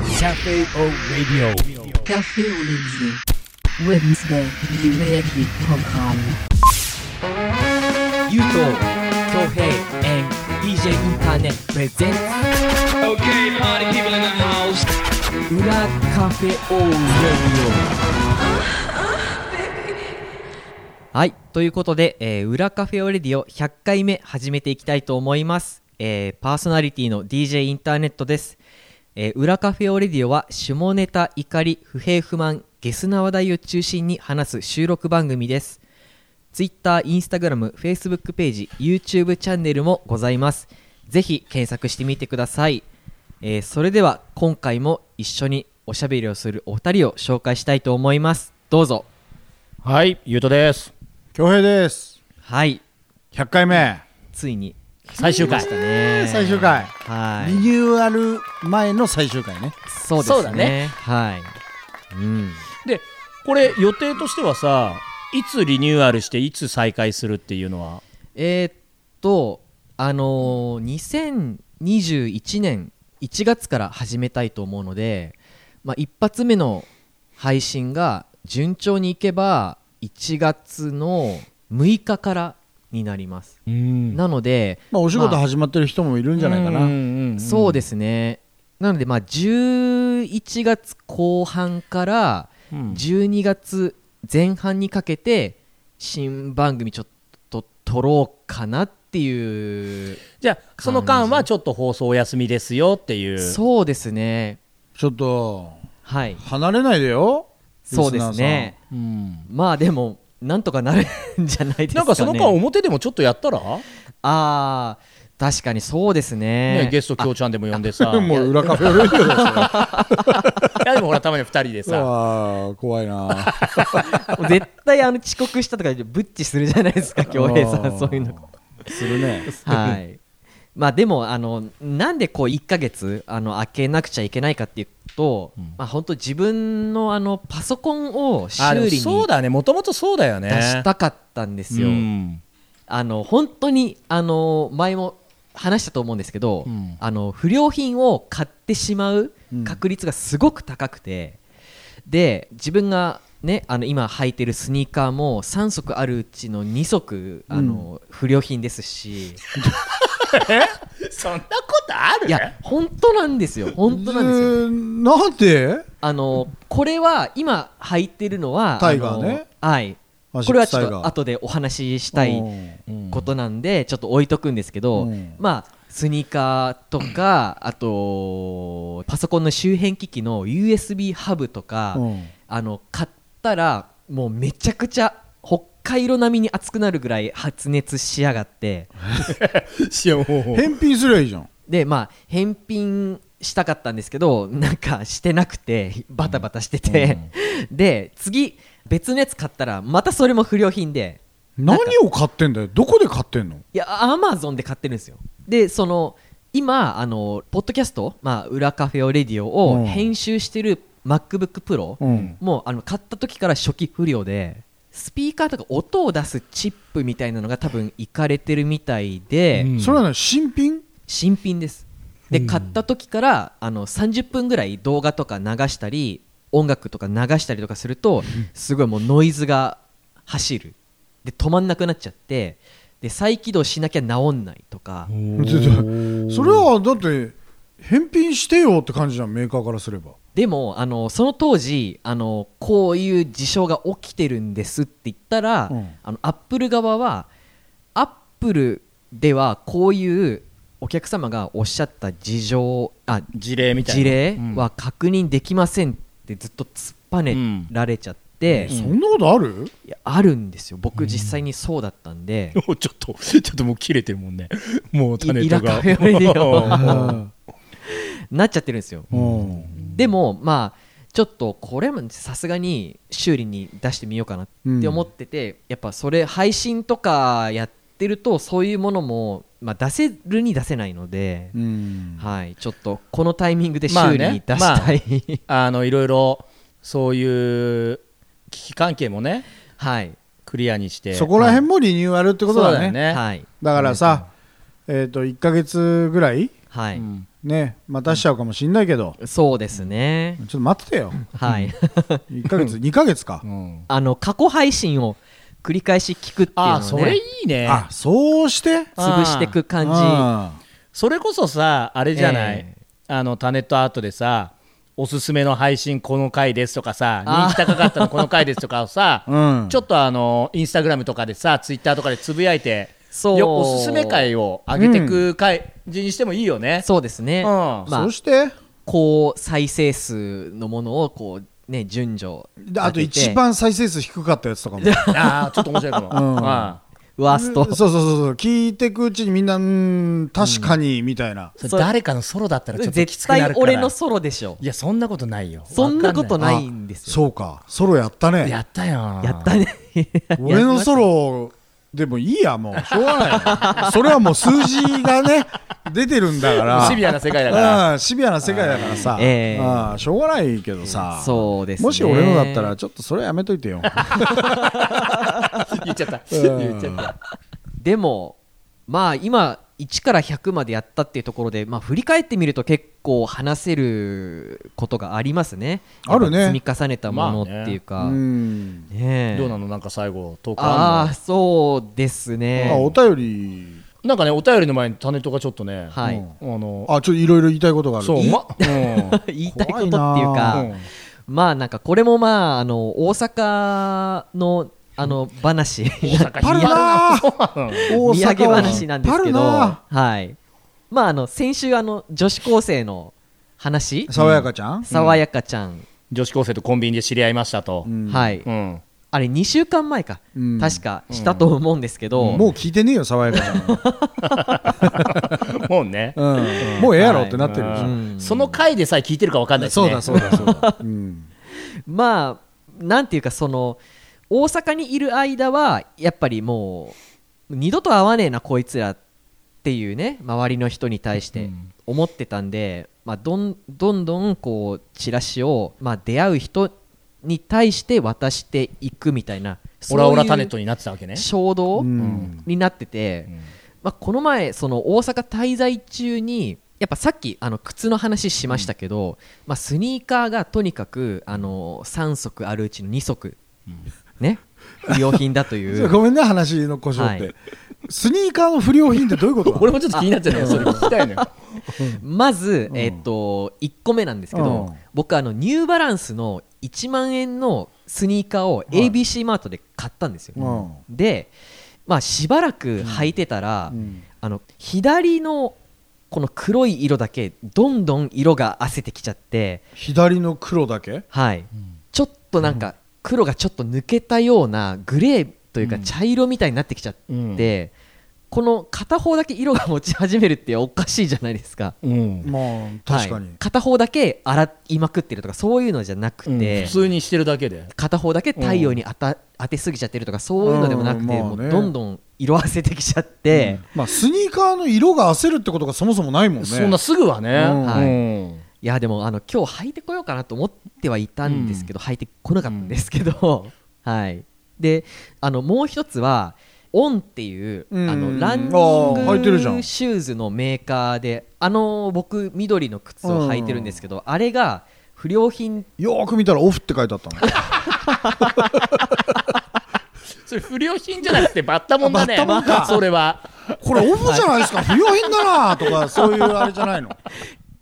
KO Radio. Café au Légier. Wednesday, VIP Programm. ゆうと、恭平 and DJ インターネットプレゼンツ Okay, party people in the house. 裏カフェオーレディオはい、ということで、えー裏カフェオーレディオ100回目始めていきたいと思います、えーパーソナリティの DJ インターネットです、えー裏カフェオーレディオは下ネタ、怒り、不平不満、ゲスな話題を中心に話す収録番組ですツイッター、インスタグラム、フェイスブックページ、YouTube チャンネルもございます。ぜひ検索してみてください。えーそれでは今回も一緒におしゃべりをするお二人を紹介したいと思います。どうぞ。はい、ゆうとです。恭平ですはい、 100回目ついに最終回来まし。たね。最終回はリい。ニューアル前の最終回ねそうですね。そうだねはい。うん。で、これ予定としてはさ、いつリニューアルしていつ再開するっていうのは、えーっとあのー2021年1月から始めたいと思うので、まあ、一発目の配信が順調にいけば1月の6日からになります、うん、。なので、まあお仕事始まってる人もいるんじゃないかな、そうですすねなのでまあ11月後半からうん12月前半にかけて新番組ちょっと撮ろうかなっていうじゃあその間はちょっと放送お休みですよっていう。そうですねちょっとはい離れないでよそうですねうん。まあでもなんとかなるんじゃないですかねなんかその間表でもちょっとやったら、ああ確かにそうですねね、ゲストきょうちゃんでも呼んでさリスナーさんもう裏カフェレディオですよいやでもほらたまに二人で うさわー怖いなあ絶対あの遅刻したとかでブッチするじゃない ですか恭平さんそういうのするねはいまあでもあのなんでこう1ヶ月あの開けなくちゃいけないかっていうと、まあ本当自分のあのパソコンを修あでも理そにうだねもともとそうだよね出したかったんですよ、うんあの本当にあの前も話したと思うんですけど、うんあの不良品を買ってしまう確率がすごく高くて、で自分が、ね、あの今履いてるスニーカーも3足あるうちの2足あの、不良品ですしそんなことあるいや本当なんですよ本当なんですよ。えーなんであのこれは今履いてるのはタイガーねあのはいアシこれックはスちょタイっガーと後でお話ししたいうんことなんでちょっと置いとくんですけど、うんまあスニーカーと かあとパソコンの周辺機器の USB ハブとか、うんあの買ったらもうめちゃくちゃ北海道並みに熱くなるぐらい発熱しやがっていやもう返品すりゃいいじゃんでまあ返品したかったんですけど なんかしてなくてバタバタしてて、で次別のやつ買ったらまたそれも不良品で何を買ってんだよどこで買ってんのいや、アマゾンで買ってるんですよ。で、その、今、あの、ポッドキャスト、まあ、裏カフェオレディオうをん編集してる MacBook Pro、うんもう、あの、買った時から初期不良で、スピーカーとか音を出すチップみたいなのが多分いかれてるみたいで、うんそれはね新品新品です。で、買った時から、あの、30分ぐらい動画とか流したり、音楽とか流したりとかすると、すごいもうノイズが走る。で、止まんなくなっちゃって、で、再起動しなきゃ治んないとか、ちょっと それはだって返品してよって感じじゃんメーカーからすればでもあのその当時あのこういう事象が起きてるんですって言ったら、うんあのアップル側はアップルではこういうお客様がおっしゃった事情あ事例みたいな事例は確認できませんってずっと突っぱねられちゃって、そんなことあるいやあるんですよ僕実際にそうだったんで、もう ちょっと、ちょっともう切れてるもんね。もう種イとラか。カフェオレディオうんなっちゃってるんですよ。うんでもまあちょっとこれもさすがに修理に出してみようかなって思ってて、やっぱそれ配信とかやってるとそういうものも、まあ、出せるに出せないので、うんはいちょっとこのタイミングで修理に出まあしたい、 あの、いろいろ、そういう危機関係もね、 はいクリアにして。そこら辺もリニューアルってことだねそうだよね。はいだからさえっと1か月ぐらいはい、うんねまあ出しちゃうかもしんないけど、そうですねちょ、っと待っててよはい。 1ヶ月2ヶ 月かうん、あの過去配信を繰り返し聞くっていうあのあをそれねいいねあそうして潰していく感じあそれこそさあれじゃない、えあのタネットアートでさおすすめの配信この回ですとかさあー人気高かったのこの回ですとかをさ、ー うんちょっとあのインスタグラムとかでさツイッターとかでつぶやいてそうよおすすめ回を上げてく感じにしてもいいよね、そうですね、うんまあそうして高再生数のものをこうね順序であと立てて一番再生数低かったや つとかもうああちょっと面白いかも、うんあーワーんスそトうそうそうそう聞いてくうちにみんなうーん確かにみたいな、そそうれ誰かのソロだったらちょっとき絶つくな対るから俺のソロでしょいやそんなことないよそんなことわかないんですよそうかソロやったんないやねったよやったね俺のソロでもいいやもうしょうがないよそれはもう数字が ね出てるんだからシビアな世界だからうんシビアな世界だからさ、ええうんしょうがないけどさ、そうですねもし俺のだったらちょっとそれやめとい てよ言っちゃったうん言っちゃったでもまあ今1から100までやったっていうところで、まあ、振り返ってみると結構話せることがありますねあるねやっぱ積み重ねたものっていううか、んねえどうなのなんか最後投稿あんああそうですねあお便りのなんかねお便りの前にタネットがちょっとねはういんあのあちょっといろいろ言いたいことがあるそう いまうん言いたいことってい怖いうなあか、うんまあなんかこれもまああの大阪のあの話大阪パルいや なそうなの大土産阪は話なんですパけルど、なはい、まああの先週あの女子高生の話、爽やかちゃん、爽やかちゃん、女子高生とコンビニで知り合いましたと、うんはい、うんあれ2週間前か、うん確かしたと思うんですけど、もう聞いてねえよ爽やかちゃんは、もうね、うん、もうええやろってなってるでしはょ、いうんその回でさえ聞いてるか分かんないし、ね、そうだそうだそうだ、うん、まあなんていうかその大阪にいる間はやっぱりもう二度と会わねえなこいつらっていうね周りの人に対して思ってたんで、まあ、どんどんどんこうチラシを、まあ、出会う人に対して渡していくみたいなオラオラタネットにになってたわけね衝動うんになってて、んまあ、この前その大阪滞在中にやっぱさっきあの靴の話しましたけど、まあ、スニーカーがとにかくあの3足あるうちの2足、ね不良品だと いうごめんね話の故障って、はいスニーカーの不良品ってどういうことなの俺もちょっと気になっちゃったよそれ聞きたいのよまず、うんえっと1個目なんですけど、うん僕あのニューバランスの1万円のスニーカーを ABC マートで買ったんですよ、うで、まあ、しばらく履いてたら、うんあの左のこの黒い色だけどんどん色が褪せてきちゃって、左の黒だけはいちょっとなんか黒がちょっと抜けたようなグレーというか茶色みたいになってきちゃって、この片方だけ色が持ち始めるっておかしいじゃないですか。うんまあ確かに、はい片方だけ洗いまくってるとかそういうのじゃなくうんて、普通にしてるだけで片方だけ太陽に当た、当てすぎちゃってるとかそういうのでもなくて、うんまあねもうどんどん色褪せてきちゃって、まあ、スニーカーの色が焦るってことがそもそもないもんねそんなすぐはね、うんはいうんいやでもあの今日履いてこようかなと思ってはいたんですけど、履いてこなかったんですけど、 はいであのもう一つはオンっていう、うんあのランニンあー履いてるじゃグんシューズのメーカーであの僕緑の靴を履いてるんですけど、あれが不良品よーく見たらオフって書いてあったのそれ不良品じゃなくてバッタモンだねバッタモン かそれはこれオフじゃないですか不良品だなとかそういうあれじゃないの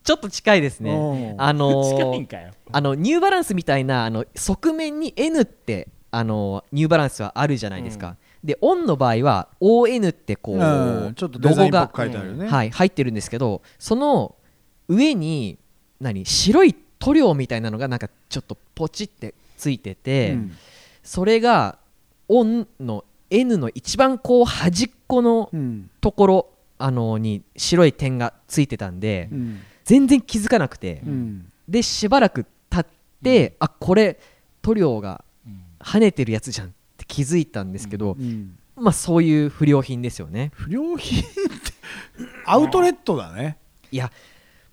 ちょっと近いですうねんあのー近いんかよあのニューバランスみたいなあの側面に N ってあのニューバランスはあるじゃないですか、でオンの場合は ON ってこう、うんちょっとデザインっぽく書いてあるよロねゴがはい、入ってるんですけどその上に何白い塗料みたいなのがなんかちょっとポチってついてて、うんそれがオンの N の一番こう端っこのうんところ、あのに白い点がついてたんで、うん全然気づかなくて。うんでしばらく経って、あこれ塗料が跳ねてるやつじゃんって気づいたんですけど、うんまあそういう不良品ですよね不良品ってアウトレットだねいや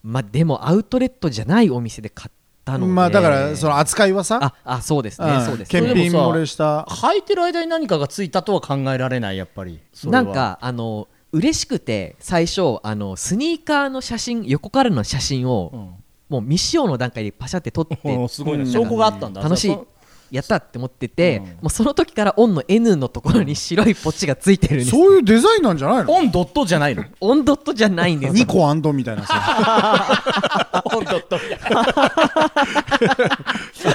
まあでもアウトレットじゃないお店で買ったのでまあだからその扱いはさああそうですね、うんそうですけねん検品漏れした履いてる間に何かがついたとは考えられないやっぱりそれなはんかあの嬉しくて最初あのスニーカーの写真横からの写真を、もう未使用の段階でパシャって撮って おーすごいなうん証拠があったんだ楽しいそやったって思ってて、うんもうその時からオンの N のところに白いポチがついてるんですそういうデザインなんじゃないの オンドットじゃないのオンドットじゃないんですニコアンドみたいなさオンドット あ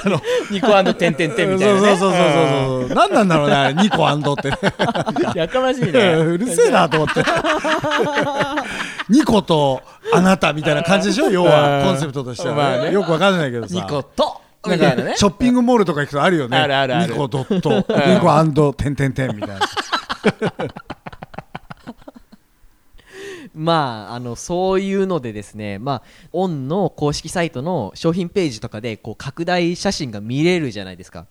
のニコアンド点点点みたいなね そうそうそうそうそう何なんだろうねあれニコアンドってねうんやかましいねうるせえなと 思ってニコとあなたみたいな感じでしょ要はコンセプトとしては、ねまあねよくわかんないけどさニコとなみんたいなねかショッピングモールとか行くとあるよね。あるあるあるニコドット、ニコアンド、てんてんてんみたいな。まあ、あのそういうのでですね、まあ、オンの公式サイトの商品ページとかでこう拡大写真が見れるじゃないですか、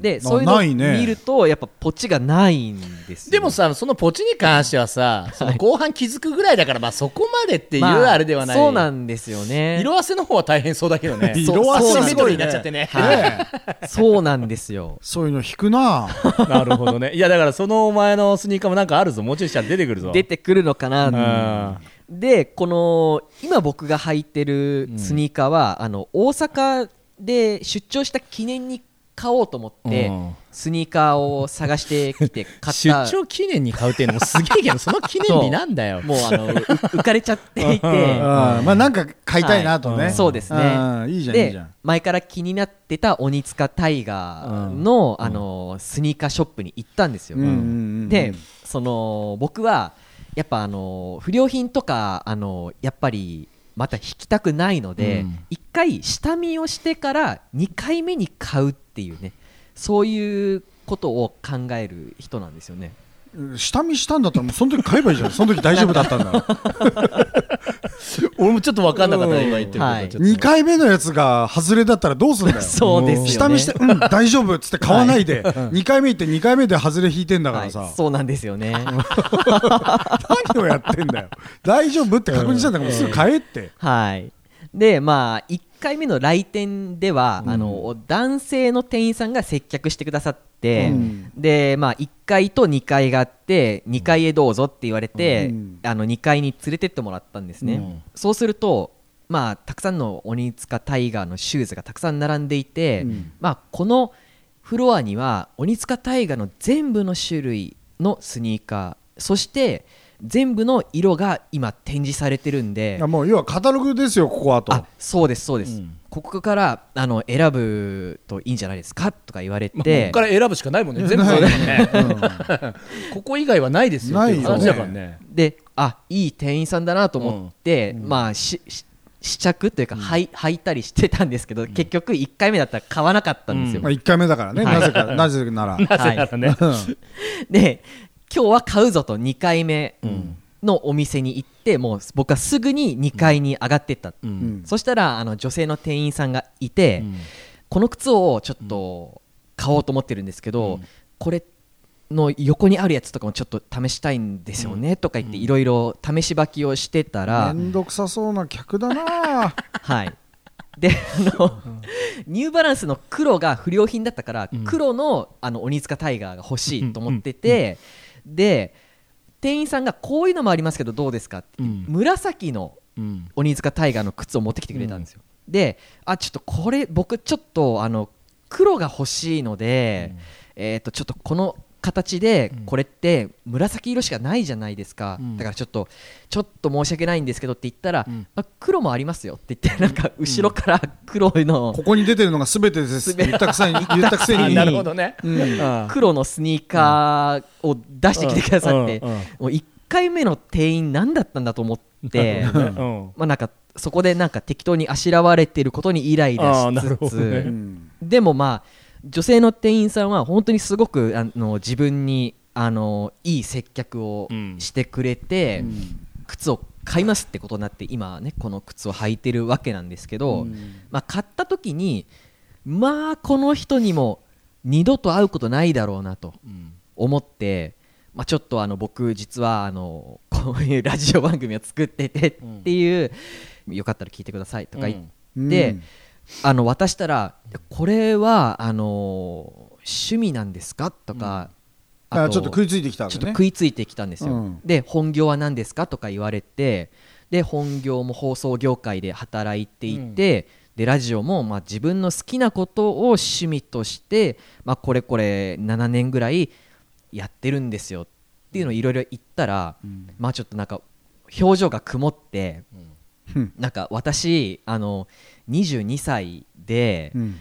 であそういうのをないね見るとやっぱポチがないんですよでもさそのポチに関してはさその後半気づくぐらいだからまあそこまでっていうまあれではないそうなんですよね色あせの方は大変そうだけどね色褪せシンメトリーになっちゃってねねそうなんです よそういうの引くな。なるほどねいやだからそのお前のスニーカーもなんかあるぞもうちょいしたら出てくるぞ出てくるのかなあでこの今僕が履いてるスニーカーは、あの大阪で出張した記念に買おうと思って、うんスニーカーを探してきて買った出張記念に買うっていうのもすげえけどその記念日なんだ よもうあのう浮かれちゃっていて、 うんまあなんか買いたいなとはね。いそうですねんいいじゃん、いいじでゃん。前から気になってた鬼塚大河の,、あのスニーカーショップに行ったんですよ、うんうんうんでその僕はやっぱあの不良品とかあのやっぱりまた引きたくないので、うん1回下見をしてから2回目に買うっていうねそういうことを考える人なんですよね下見したんだったらもうその時買えばいいじゃん。その時大丈夫だったんだから。俺もちょっと分かんなかったうん今言ってるはいことちょっと2回目のやつが外れだったらどうすんだよ。そうですよね下見して、うん、大丈夫っつって買わないで、2回目行って2回目で外れ引いてんだかはらい、さ、そうなんです よね何をやってんだよ。大丈夫って確認したんだからもうすぐ買えって。はい、でまあ1回目の来店では、あの男性の店員さんが接客してくださって、うんでまあ1階と2階があって2階へどうぞって言われて、うんあの2階に連れてってもらったんですね、うんそうするとまあたくさんの鬼塚タイガーのシューズがたくさん並んでいて、うんまあこのフロアには鬼塚タイガーの全部の種類のスニーカーそして全部の色が今展示されてるんであもう要はカタログですよ、ここはと。あそうですそうです、うんここからあの選ぶといいんじゃないですかとか言われまあこて、こから選ぶしかないもんね全部そうだもん ねここ以外はないですよっていう話だからねであいい店員さんだなと思って、まあしし試着というか、はい、履いたりしてたんですけど、結局1回目だったら買わなかったんですよ、まあ、1回目だからね、はいなぜか、なぜなら。なぜならねで今日は買うぞと2回目のお店に行ってもう僕はすぐに2階に上がってった、うん うんそしたらあの女性の店員さんがいて、うんこの靴をちょっと買おうと思ってるんですけど、これの横にあるやつとかもちょっと試したいんですよね、とか言っていろいろ試し履きをしてたら、めんどくさそうな客だなはいであの、ニューバランスの黒が不良品だったから、黒のあの鬼塚タイガーが欲しいと思ってて、で店員さんがこういうのもありますけどどうですかって、うん紫のうん鬼塚タイガーの靴を持ってきてくれたんですよ、であちょっとこれ僕ちょっとあの黒が欲しいので、えっ、とちょっとこの形でんこれって紫色しかないじゃないですか、うんだからちょっとちょっと申し訳ないんですけどって言ったら、うんあ黒もありますよって言ってなんか後ろから黒の、ここに出てるのが全てですって言ったくせに言ったくせあになるほどねう んうん黒のスニーカーを出してきてくださって、うんうんうんもう1回目の店員何だったんだと思って。うん まあ、なんかそこでなんか適当にあしらわれていることにイライラあーなるしほつどつ、ねうんでもまあ女性の店員さんは本当にすごくあの自分にあのいい接客をうんしてくれて、靴を買いますってことになって今ねこの靴を履いてるわけなんですけど、まあ、買った時にまあこの人にも二度と会うことないだろうなと。うん思って、まあ、ちょっとあの僕実はあの こういうラジオ番組を作っててっていう、よかったら聞いてくださいとか言って、うんうんあの渡したらこれはあの趣味なんですかとか、ああとちょっと食いついてきたんちょだっとね食いついてきたんですよ、うんで本業は何ですかとか言われてで本業も放送業界で働いていて、でラジオもまあ自分の好きなことを趣味として、まあ、これこれ7年ぐらいやってるんですよっていうのをいろいろ言ったら、まあちょっとなんか表情が曇って、うん なんか私あの22歳で、うん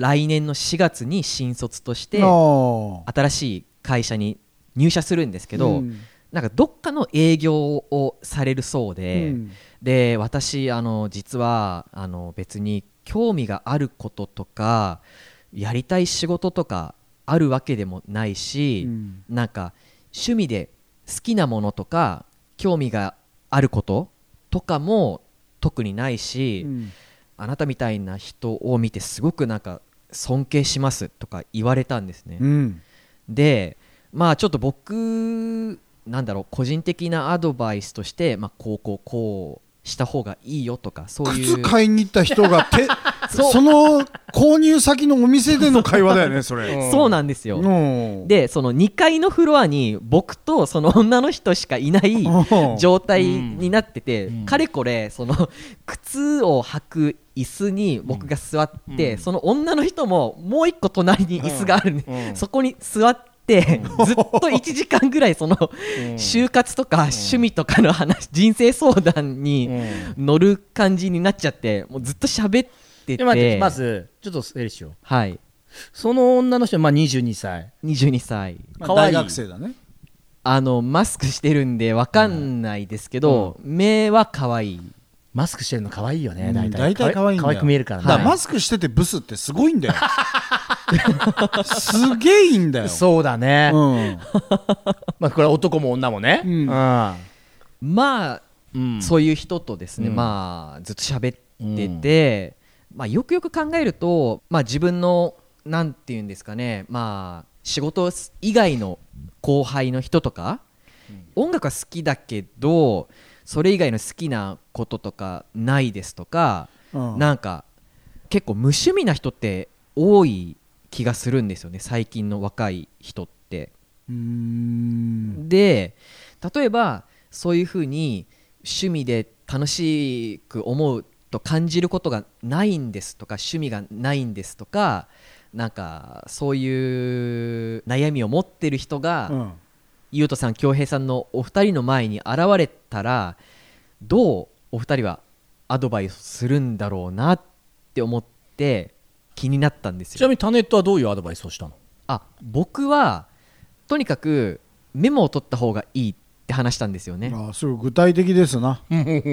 来年の4月に新卒としてあー新しい会社に入社するんですけど、うんなんかどっかの営業をされるそうで、うんで私あの実はあの別に興味があることとかやりたい仕事とかあるわけでもないし、うんなんか趣味で好きなものとか興味があることとかも特にないし、うんあなたみたいな人を見てすごくなんか尊敬しますとか言われたんですね。うんでまあちょっと僕なんだろう個人的なアドバイスとして、まあ、こうこうこうした方がいいよとかそういう靴買いに行った人がて そうその購入先のお店での会話だ よねそれ。そうなんですよ、うんでその2階のフロアに僕とその女の人しかいないうん状態になってて、うんかれこれその 靴を履く椅子に僕が座って、うんその女の人ももう一個隣に椅子があるんで、うんそこに座って、ずっと1時間ぐらいその就活とか趣味とかの話、人生相談に乗る感じになっちゃってもうずっと喋ってで待っててまずちょっと整理しようはいその女の人まあ22歳22歳まあ可愛大い学生だね。あのマスクしてるんでわかんないですけど、目は可愛いマスクしてるの可愛いよねうん大体大体可愛いんだよ可愛く見えるからだねからマスクしててブスってすごい んだよ。すげえいいんだよ。そうだねうんまあこれは男も女もねうんまあうんそういう人とですね、うんまあずっと喋ってて、まあよくよく考えると、まあ自分のなんていうんですかね、まあ仕事以外の後輩の人とか、音楽は好きだけど、それ以外の好きなこととかないですとか、うんなんか結構無趣味な人って多い気がするんですよね、最近の若い人って。うーんで例えばそういうふうに趣味で楽しく思うと感じることがないんですとか趣味がないんですとかなんかそういう悩みを持ってる人が、うんゆうとさん恭平さんのお二人の前に現れたらどうお二人はアドバイスするんだろうなって思って気になったんですよちなみにタネットはどういうアドバイスをしたのあ僕はとにかくメモを取った方がいいって話したんですよね、あーすごい具体的ですな。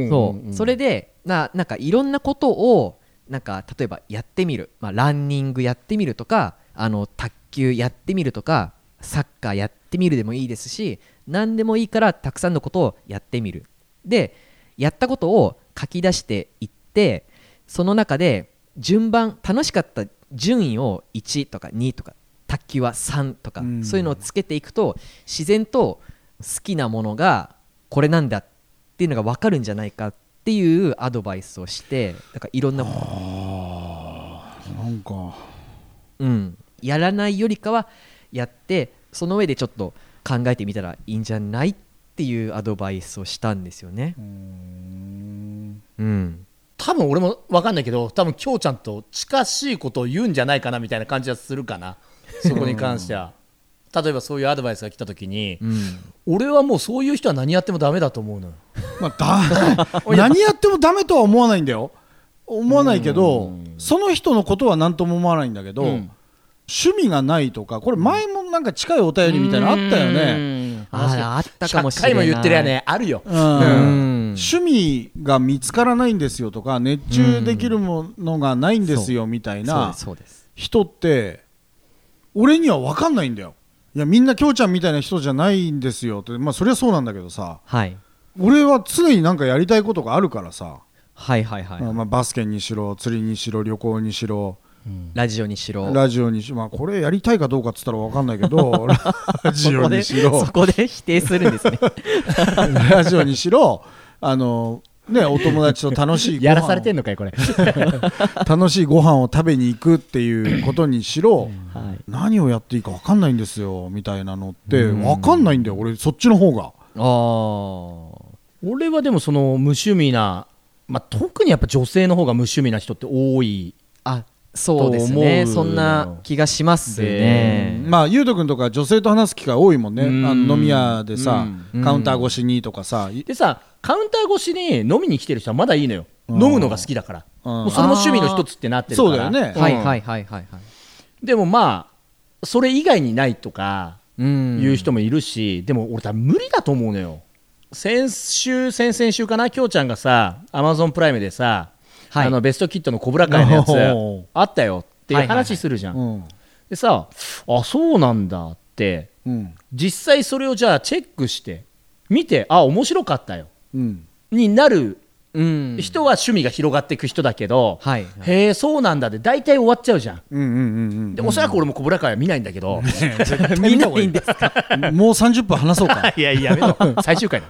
そう、んそれでななんかいろんなことをなんか例えばやってみる、まあ、ランニングやってみるとかあの卓球やってみるとかサッカーやってみるでもいいですし何でもいいからたくさんのことをやってみるでやったことを書き出していってその中で順番楽しかった順位を1とか2とか卓球は3とか、うんそういうのをつけていくと自然と好きなものがこれなんだっていうのが分かるんじゃないかっていうアドバイスをしてだからいろんな、なんかうん、やらないよりかはやってその上でちょっと考えてみたらいいんじゃないっていうアドバイスをしたんですよね。うん、多分俺も分かんないけど多分きょうちゃんと近しいことを言うんじゃないかなみたいな感じはするかなそこに関しては例えばそういうアドバイスが来た時に、うん俺はもうそういう人は何やってもダメだと思うのよまあ、だ何やってもダメとは思わないんだよ思わないけどその人のことは何とも思わないんだけど、うん趣味がないとかこれ前もなんか近いお便りみたいなのあったよね、ねああったかもしれない100回も言ってるやねあるよ、うんうん趣味が見つからないんですよとか熱中できるものがないんですよみたいそうでなすそうです人って俺には分かんないんだよいやみんな京ちゃんみたいな人じゃないんですよってまあそりゃそうなんだけどさはい俺は常になんかやりたいことがあるからさはいはいはい、まあまあ、バスケにしろ釣りにしろ旅行にしろラジオにしろラジオにしろ、まあ、これやりたいかどうかっつったら分かんないけどラジオにしそろこでそこで否定するんですねラジオにしろあのね、お友達と楽しい ごや飯らをされてんのかい、これ。楽しいご飯を食べに行くっていうことにしろ、はい何をやっていいか分かんないんですよみたいなのって分かんないんだよ俺そっちの方があー俺はでも、その無趣味な、まあ、特にやっぱ女性の方が無趣味な人って多い。あそうですねと思うそんな気がしますね、まあゆうとくんとか女性と話す機会多いもんねあうんの飲み屋でさうんカウンター越しにとかさいでさ、カウンター越しに飲みに来てる人はまだいいのよ。うん飲むのが好きだから。うんもうそれも趣味の一つってなってるから。そうだよねんはいはいはいはいはいでもまあ、それ以外にないとか、うんいう人もいるし、でも俺多分無理だと思うのよ先週先々週かなきょうちゃんがさアマゾンプライムでさ、はいあのベストキットのコブラ会のやつおーあったよっていはういはいはい話するじゃん、うんでさあそうなんだってうん実際それをじゃあチェックして見てあ面白かったようんになるうん人は趣味が広がっていく人だけど、はいへえそうなんだで大体終わっちゃうじゃんうんうんでおそらく俺もコブラ会は見ないんだけど、うん見ないんですかもう30分話そうか いやいややめろ 最終回だ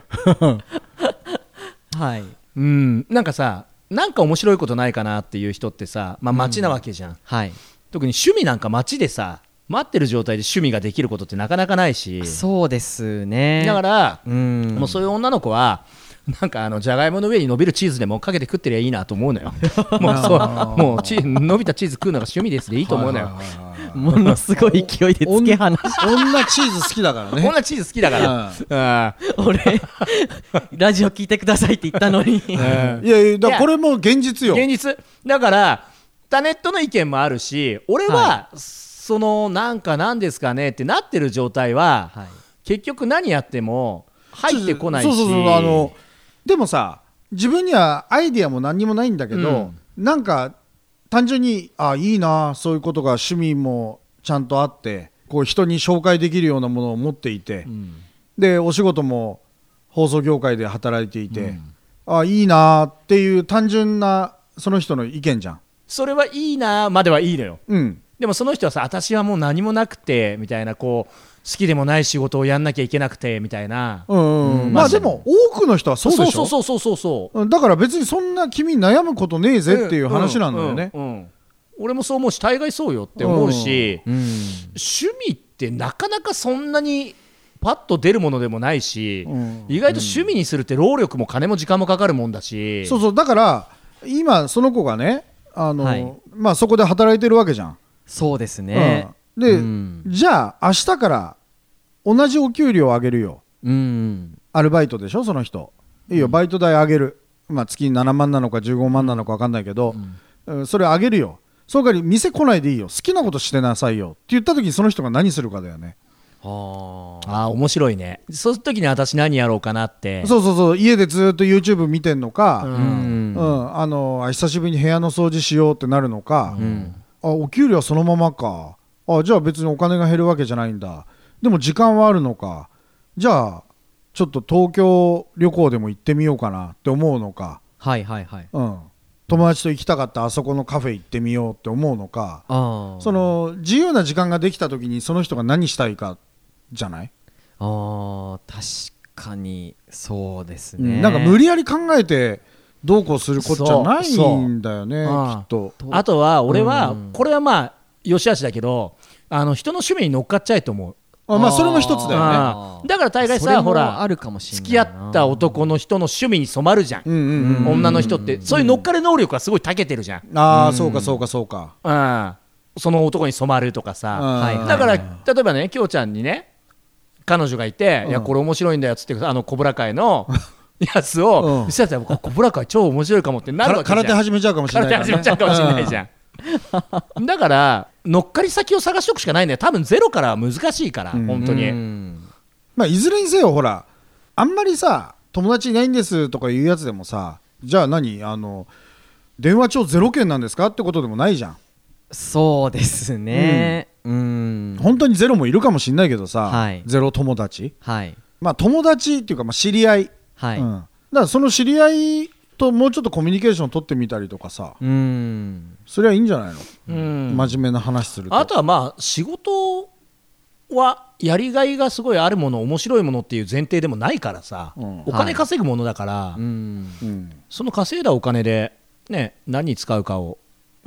はいうん、なんかさなんか面白いことないかなっていう人ってさ、まあ、街なわけじゃん、はい特に趣味なんか街でさ待ってる状態で趣味ができることってなかなかないしそうですねだから、うんもうそういう女の子は なんかあのじゃがいもの上に伸びるチーズでもかけて食ってりゃいいなと思うのよもうそうもうチー伸びたチーズ食うのが趣味ですでいいと思うのよ、ものすごい勢いでつけ放し女チーズ好きだからこねんなチーズ好きだから、俺ラジオ聞いてくださいって言ったのにうんいやいやだからこれも現実よ現実だからタネットの意見もあるし俺は、はそのなんかなんですかねってなってる状態は、はい結局何やっても入ってこないしそうそうそうあのでもさ自分にはアイディアも何にもないんだけど、なんか単純にあいいなそういうことが趣味もちゃんとあってこう人に紹介できるようなものを持っていて、んでお仕事も放送業界で働いていて、あいいなっていう単純なその人の意見じゃん。それはいいなまではいいのようんでもその人はさ私はもう何もなくてみたいなこう好きでもない仕事をやんなきゃいけなくてみたいな、うんうんうんまあでも多くの人はそうでしそょうそうそうそうそううんだから別にそんな君悩むことねえぜっていう話なんだよね、うんうんうん俺もそう思うし大概そうよって思うし、うん趣味ってなかなかそんなにパッと出るものでもないし、うん意外と趣味にするって労力も金も時間もかかるもんだし、そうそうだから今その子がねあの、はいまあ、そこで働いてるわけじゃん、そうですねうんで、うんじゃあ明日から同じお給料を上げるようんアルバイトでしょその人いいよバイト代上げる、まあ、月7万なのか15万なのか分かんないけど、うんそれ上げるよその代わり店来ないでいいよ好きなことしてなさいよって言った時にその人が何するかだよね、ああああ面白いねそういう時に私何やろうかなってそうそうそう家でずっと YouTube 見てんのうか、んうんあのあ久しぶりに部屋の掃除しようってなるのか、うんあお給料はそのままかあじゃあ別にお金が減るわけじゃないんだでも時間はあるのかじゃあちょっと東京旅行でも行ってみようかなって思うのか、はいはいはいうん、友達と行きたかったあそこのカフェ行ってみようって思うのかああその自由な時間ができた時にその人が何したいかじゃない、あー確かにそうですうねんなんか無理やり考えてどうこうするこっちゃないんだよそねうそうきっと。あとは俺は、うんこれはまあよしあしだけどあの人の趣味に乗っかっちゃえと思うあまあそれも一つだよね。あーだから大概それさもほらあるかもしれない付き合った男の人の趣味に染まるじゃん、うんうんうん、女の人ってそういう乗っかれ能力がすごい長けてるじゃん、ああそうかそうかそうか。うん、その男に染まるとかさ、はいだから、例えばね、きょうちゃんにね、彼女がいて、いや、これ面白いんだよっつって、あの、コブラ会のやつを、うん見せたら、こコブラ会超面白いかもってなるわけじゃかん。空手始めちゃうかもしれないから、ね、空手始めちゃうかもしれないじゃん、ゃん。だから、乗っかり先を探しておくしかないんだよ。多分ゼロからは難しいから、ん本当に。うんまあ、いずれにせよほらあんまりさ友達いないんですとかいうやつでもさじゃあ何あの電話帳ゼロ件なんですかってことでもないじゃんそうですねうん本当にゼロもいるかもしれないけどさ、はいゼロ友達はいまあ友達っていうか、まあ、知り合い、はいうん、だからその知り合いともうちょっとコミュニケーション取ってみたりとかさうんそれはいいんじゃないの、うん真面目な話するとあとはまあ、仕事をはやりがいがすごいあるもの面白いものっていう前提でもないからさ、うんおは金い稼ぐものだから、うんうんその稼いだお金で、ね、何に使うかを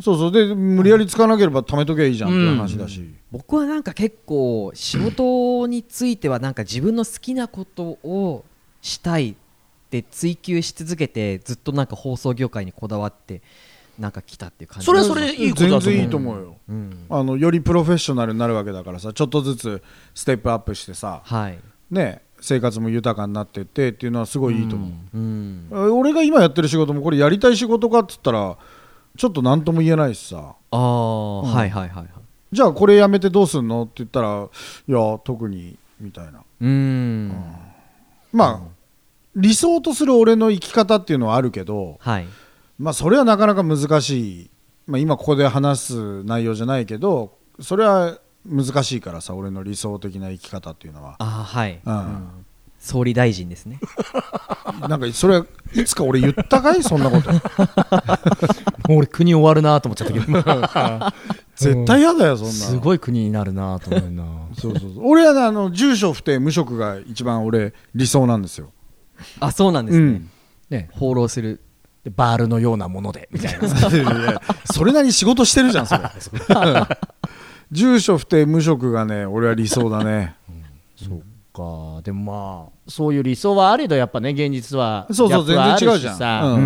そうそうで無理やり使わなければ貯めときゃいいじゃんっていう話だし、僕はなんか結構仕事についてはなんか自分の好きなことをしたいって追求し続けてずっとなんか放送業界にこだわってなんか来たっていう感じそれはそれでいいことだと全然いい思とう。思うよ、うん、あのよりプロフェッショナルになるわけだからさちょっとずつステップアップしてさ、はい、ね、生活も豊かになってってっていうのはすごいいいと思う、うん、え俺が今やってる仕事もこれやりたい仕事かっつったらちょっと何とも言えないしさああ、はいはいはいはいじゃあこれやめてどうすんのって言ったらいや特にみたいなうん、まあ理想とする俺の生き方っていうのはあるけど、はいまあ、それはなかなか難しい、まあ、今ここで話す内容じゃないけどそれは難しいからさ俺の理想的な生き方っていうのは、ああはい、うん、総理大臣ですねなんかそれいつか俺言ったかいそんなことも う俺国終わるなと思っちゃっ たけど今絶対嫌だよそんなのすごい国になるなと思うなそうそうそう俺はねあの住所不定無職が一番俺理想なんですよあそうなんですね、うんね放浪するでバールのようなものでみたいな それなりに仕事してるじゃんそれ住所不定無職がね俺は理想だねそうかでもまあそういう理想はあれどやっぱね現実はそうそうギャップはあるし全然違うじゃんさうん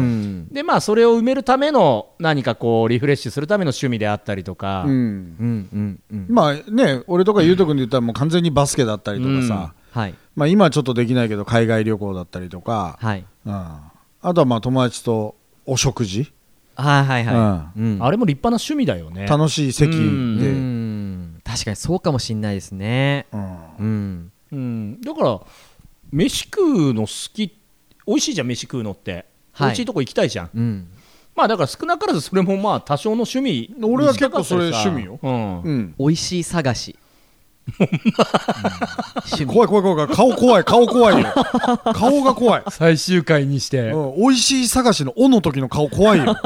んでまあそれを埋めるための何かこうリフレッシュするための趣味であったりとか、うんうんうんうんまあね俺とかゆうとくんで言ったらもう完全にバスケだったりとかさ、はいまあ今はちょっとできないけど海外旅行だったりとか、はいうん、あとはまあ友達とお食事、はいはいはい、うんあれも立派な趣味だよね楽しい席で、ううんうんん確かにそうかもしんないですねうんうん、だから飯食うの好き美味しいじゃん飯食うのって、はい美味しいとこ行きたいじゃんうんまあだから少なからずそれもまあ多少の趣味俺は結構それ短かったりさ趣うんうん、美味しい探 し、うん趣味怖い怖い怖い怖い顔怖い顔怖いよ顔が怖い最終回にしてうん美味しい探しの「お」の時の顔怖いよ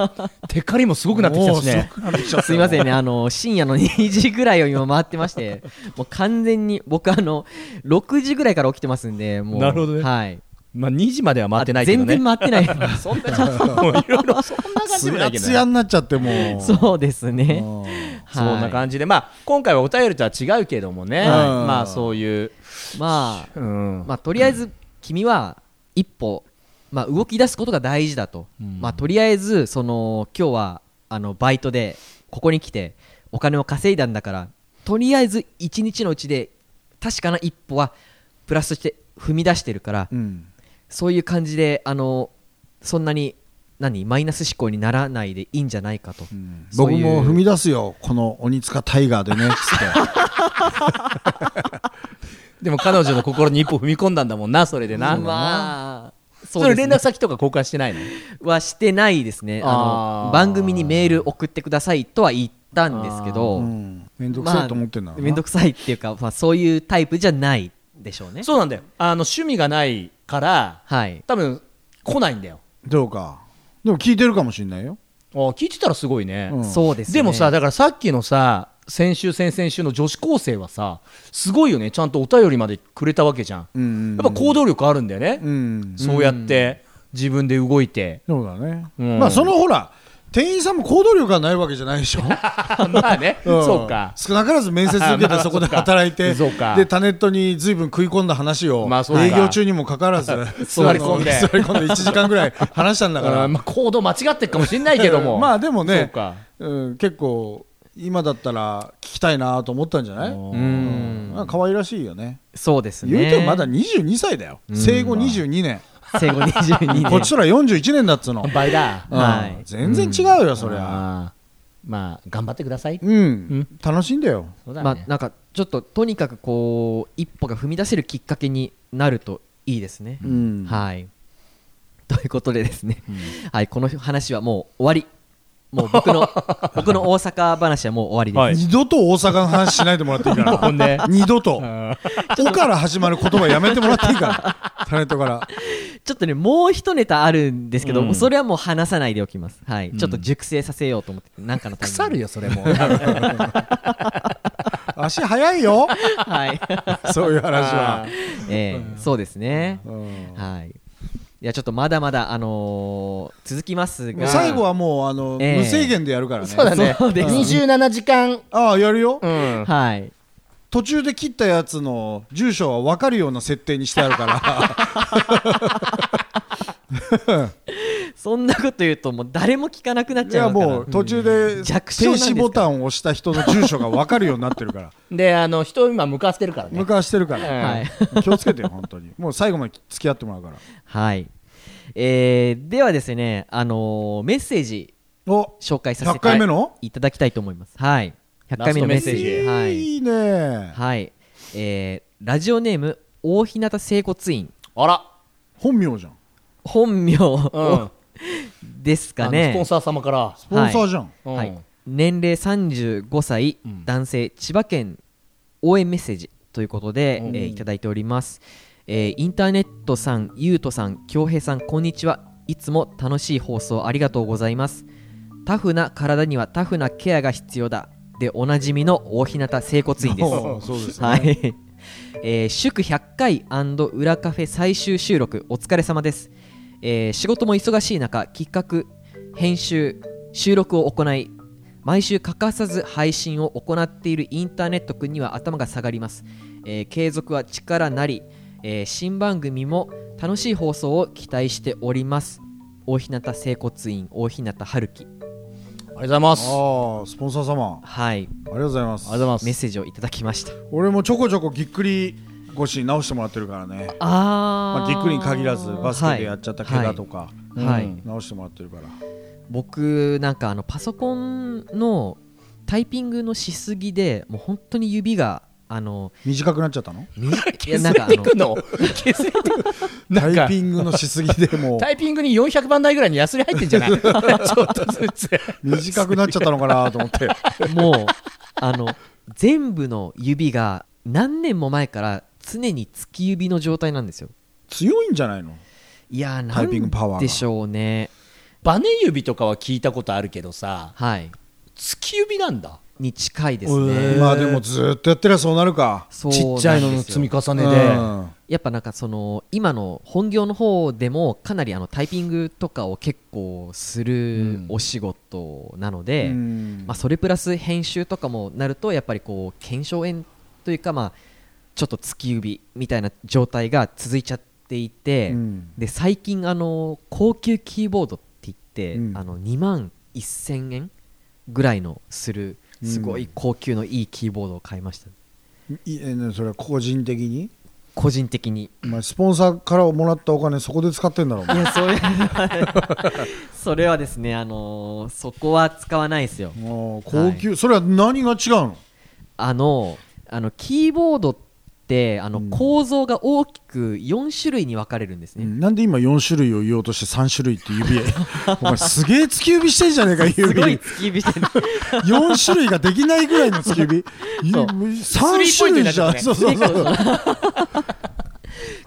テカリもすごくなってきたしね すいませんねあの深夜の2時ぐらいを今回ってま してもう完全に僕あの6時ぐらいから起きてますんでもうなるほどねはいまあ2時までは回ってないけど全ね然回ってない そんな感もういろいろそんな感じすもないやけどつねやになっちゃってもうそうですねうんそんな感じでまあ今回はお便りとは違うけどもね、いまあそういう、じまあうんまあとりあえず君は一歩まあ動き出すことが大事だとうんまあとりあえずその今日はあのバイトでここに来てお金を稼いだんだからとりあえず一日のうちで確かな一歩はプラスとして踏み出してるからうんそういう感じであのそんなに何マイナス思考にならないでいいんじゃないかと、うんそう僕いうも踏み出すよこの鬼塚タイガー でねっつってでも彼女の心に一歩踏み込んだんだもんなそれでな、まあそそうでれすね連絡先とか交換してないのはしてないですねああーの番組にメール送ってくださいとは言ったんですけどうん面倒くさいと思ってんだろうな面倒くさいっていうか、まあ、そういうタイプじゃないでしょうねそうなんだよあの趣味がないからはい多分来ないんだよどうかでも聞いてるかもしれないよあ聞いてたらすごいね、うんそうですねでもさだからさっきのさ先週先々週の女子高生はさすごいよねちゃんとお便りまでくれたわけじゃん、うんやっぱ行動力あるんだよね、うんそうやって自分で動いて、そうだねうんまあそのほら店員さんも行動力がないわけじゃないでしょまあね、んそうか少なからず面接 受けてそこで働いてそうかでタネットにずいぶん食い込んだ話をまあそうか営業中にもかかわらず 座り込んであの 座り込んで1時間ぐらい話したんだかうらんまあ、行動間違ってるかもしれないけどもまあでもそうねかうん、結構今だったら聞きたいなと思ったんじゃないうんなんか可愛らしいよねそうですね言うてもまだ22歳だよ生後22年生後22年 こっちとら41年だっつうの倍だうんはい全然違うよそりゃあーまあ頑張ってください、うん楽しんだよそうだまあね、なんかちょっととにかくこう一歩が踏み出せるきっかけになるといいですね、うんはいということでですね、はいこの話はもう終わりもう僕 の僕の大阪話はもう終わりです、はい二度と大阪の話しないでもらっていいか ほんでら二度と「お」から始まる言葉やめてもらっていいからタレントからちょっとねもう一ネタあるんですけど、うんそれはもう話さないでおきますはい、 ちょっと熟成させようと思ってなんかのタイミング腐るよそれもあ足早いよ はい、そういう話は、えーそうですね、うんはいいやちょっとまだまだあのー続きますもうが最後はもうあの、ええ無制限でやるからねそうだねそうですね27時間ああやるよ、うんはい途中で切ったやつの住所は分かるような設定にしてあるからそんなこと言うともう誰も聞かな くなっいちゃやうのかなもう途中で停弱小なんですか止ボタンを押した人の住所が分かるようになってるからであの人を今向かわせてるからね向かわしてるかうんら、はい気をつけてよ本当にもう最後まで付き合ってもらうからはい、えーではですね、あのーメッセージお紹介させ100回て目のいただきたいと思います。はい、100回目のメッセーラスジ、はい、いいねはい、えーラジオネーム大日向整骨院あら、本名じゃん本名うんを、ですかあのスポねン。サー様からスポンサーじゃん、うんはい、年齢35歳、うん男性千葉県応援メッセージということで、うんえーいただいております、えーインターネットさんゆうとさん恭平さんこんにちはいつも楽しい放送ありがとうございますタフな体にはタフなケアが必要だでおなじみの大日向整骨院ですおうそうですね、はい。 えー祝100回裏カフェ最終収録お疲れ様です、えー仕事も忙しい中企画編集収録を行い毎週欠かさず配信を行っているインターネット君には頭が下がります、えー継続は力なり、えー新番組も楽しい放送を期待しております大日向整骨院大日向春樹ありがとうございますあああスポンサー様はいありがとうございますりがとうござメッいますセージをいただきました俺もちょこちょこぎっくり腰直してもらってるからねあまあ、ぎっくりに限らずバスケでやっちゃった怪我とか、か、はいはいうん直してもらってるから僕なんかあのパソコンのタイピングのしすぎでもう本当に指があの短くなっちゃったのいや削なんかっあていのくの削ってなんかタイピングのしすぎでもうタイピングに400番台ぐらいにヤスリ入ってんじゃない ちょっとずつ短くなっちゃったのかなと思って もうあの全部の指が何年も前から常に突き指の状態なんですよ強いんじゃないのいやータイピングパワーながんでしょうねバネ指とかは聞いたことあるけどさはい突き指なんだに近いですへねーまあでもずっとやってりゃそうなるかそうちっちゃいのの積みか重ねうんやっぱなんかその今の本業の方でもかなりあのタイピングとかを結構するお仕事なので、うんまあ、それプラス編集とかもなるとやっぱりこう腱鞘炎というかまあちょっと突き指みたいな状態が続いちゃっていて、うんで最近あの高級キーボードって言って、うんあの2万1000円ぐらいのするすごい高級のいいキーボードを買いました、いえねそれは個人的に、個人的にまあ、スポンサーからもらったお金そこで使ってんだろうおい前やそういうそれはですねあのーそこは使わないですよもう高級、それは何が違うのあのあのキーボードってあのうん構造が大きく4種類に分かれるんですね、なんで今4種類を言おうとして3種類って指へお前すげえ突き指してんじゃねえか指すごい突き指して る4種類ができないぐらいの突き指 そう3種類じゃんそうそうそう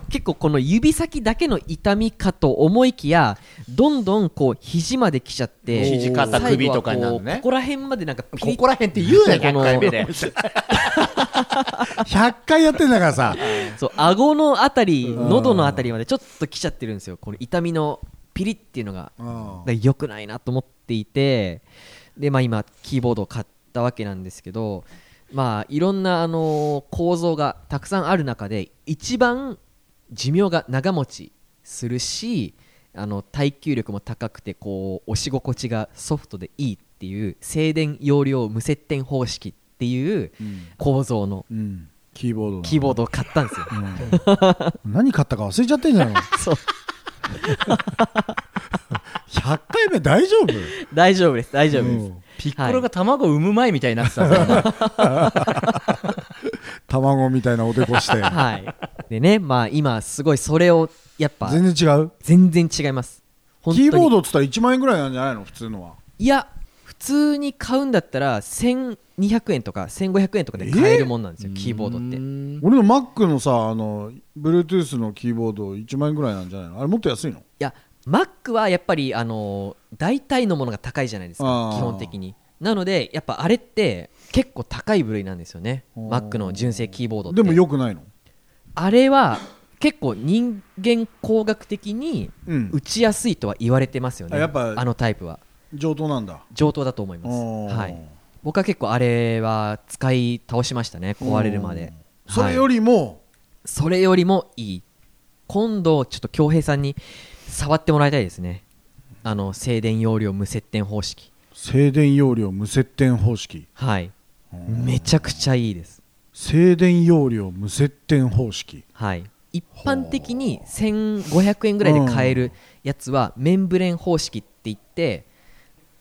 結構この指先だけの痛みかと思いきやどんどんこう肘まで来ちゃって肘肩最後は首とかになるのねこうここら辺までなんかピリッここら辺って言うなこの100回目で 100回やってんだからさそう顎のあたりうん喉のあたりまでちょっと来ちゃってるんですよこの痛みのピリッっていうのがうんだから良くないなと思っていてで、まあ、今キーボードを買ったわけなんですけど、まあ、いろんな、あのー構造がたくさんある中で一番寿命が長持ちするしあの耐久力も高くてこう押し心地がソフトでいいっていう静電容量無接点方式っていう構造のうんキーボードなのキーボードを買ったんですよ。うん何買ったか忘れちゃってんじゃないの そう100回目大丈夫 大丈夫です大丈夫です、うんピッコロが卵を産む前みたいになってたんだよね卵みたいなおで こしてはいでねまあ今すごいそれをやっぱ全然違う全然違います本当にキーボードっつったら1万円ぐらいなんじゃないの普通のはいや普通に買うんだったら1200円とか1500円とかで買えるもんなんですよ、キーボードってて俺の Mac のさあの Bluetooth のキーボード1万円ぐらいなんじゃないのあれもっと安いのいや Mac はやっぱりあのー大体のものが高いじゃないですかあー基本的になのでやっぱあれって結構高い部類なんですよね Mac の純正キーボードってでも良くないのあれは結構人間工学的にうん打ちやすいとは言われてますよね、あやっぱあのタイプは上等なんだ上等だと思います、おーはい、僕は結構あれは使い倒しましたね壊れるまで、うんそれはよいりも、それよりもいい今度ちょっと恭平さんに触ってもらいたいですねあの静電容量無接点方式静電容量無接点方式はいめちゃくちゃいいです静電容量無接点方式はい、一般的に1500円ぐらいで買えるやつはメンブレン方式って言って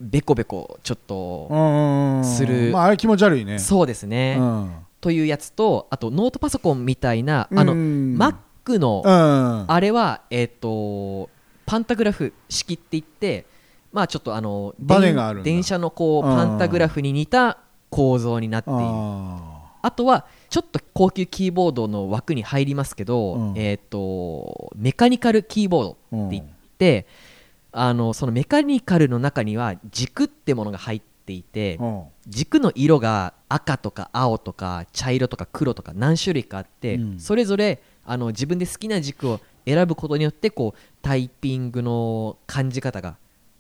ベコベコちょっとうんするまああれ気持ち悪いねそうですうね、んというやつとあとノートパソコンみたいなあのうん Mac のうんあれはえっとパンタグラフ式って言ってまあちょっとあのバネがあるんだ電車のこううんパンタグラフに似た構造になっているああとはちょっと高級キーボードの枠に入りますけど、うんえっ、とメカニカルキーボードって言って、あのそのメカニカルの中には軸ってものが入っていて、ーうん軸の色が赤とか青とか茶色とか黒とか何種類かあって、うんそれぞれあの自分で好きな軸を選ぶことによってこうタイピングの感じ方が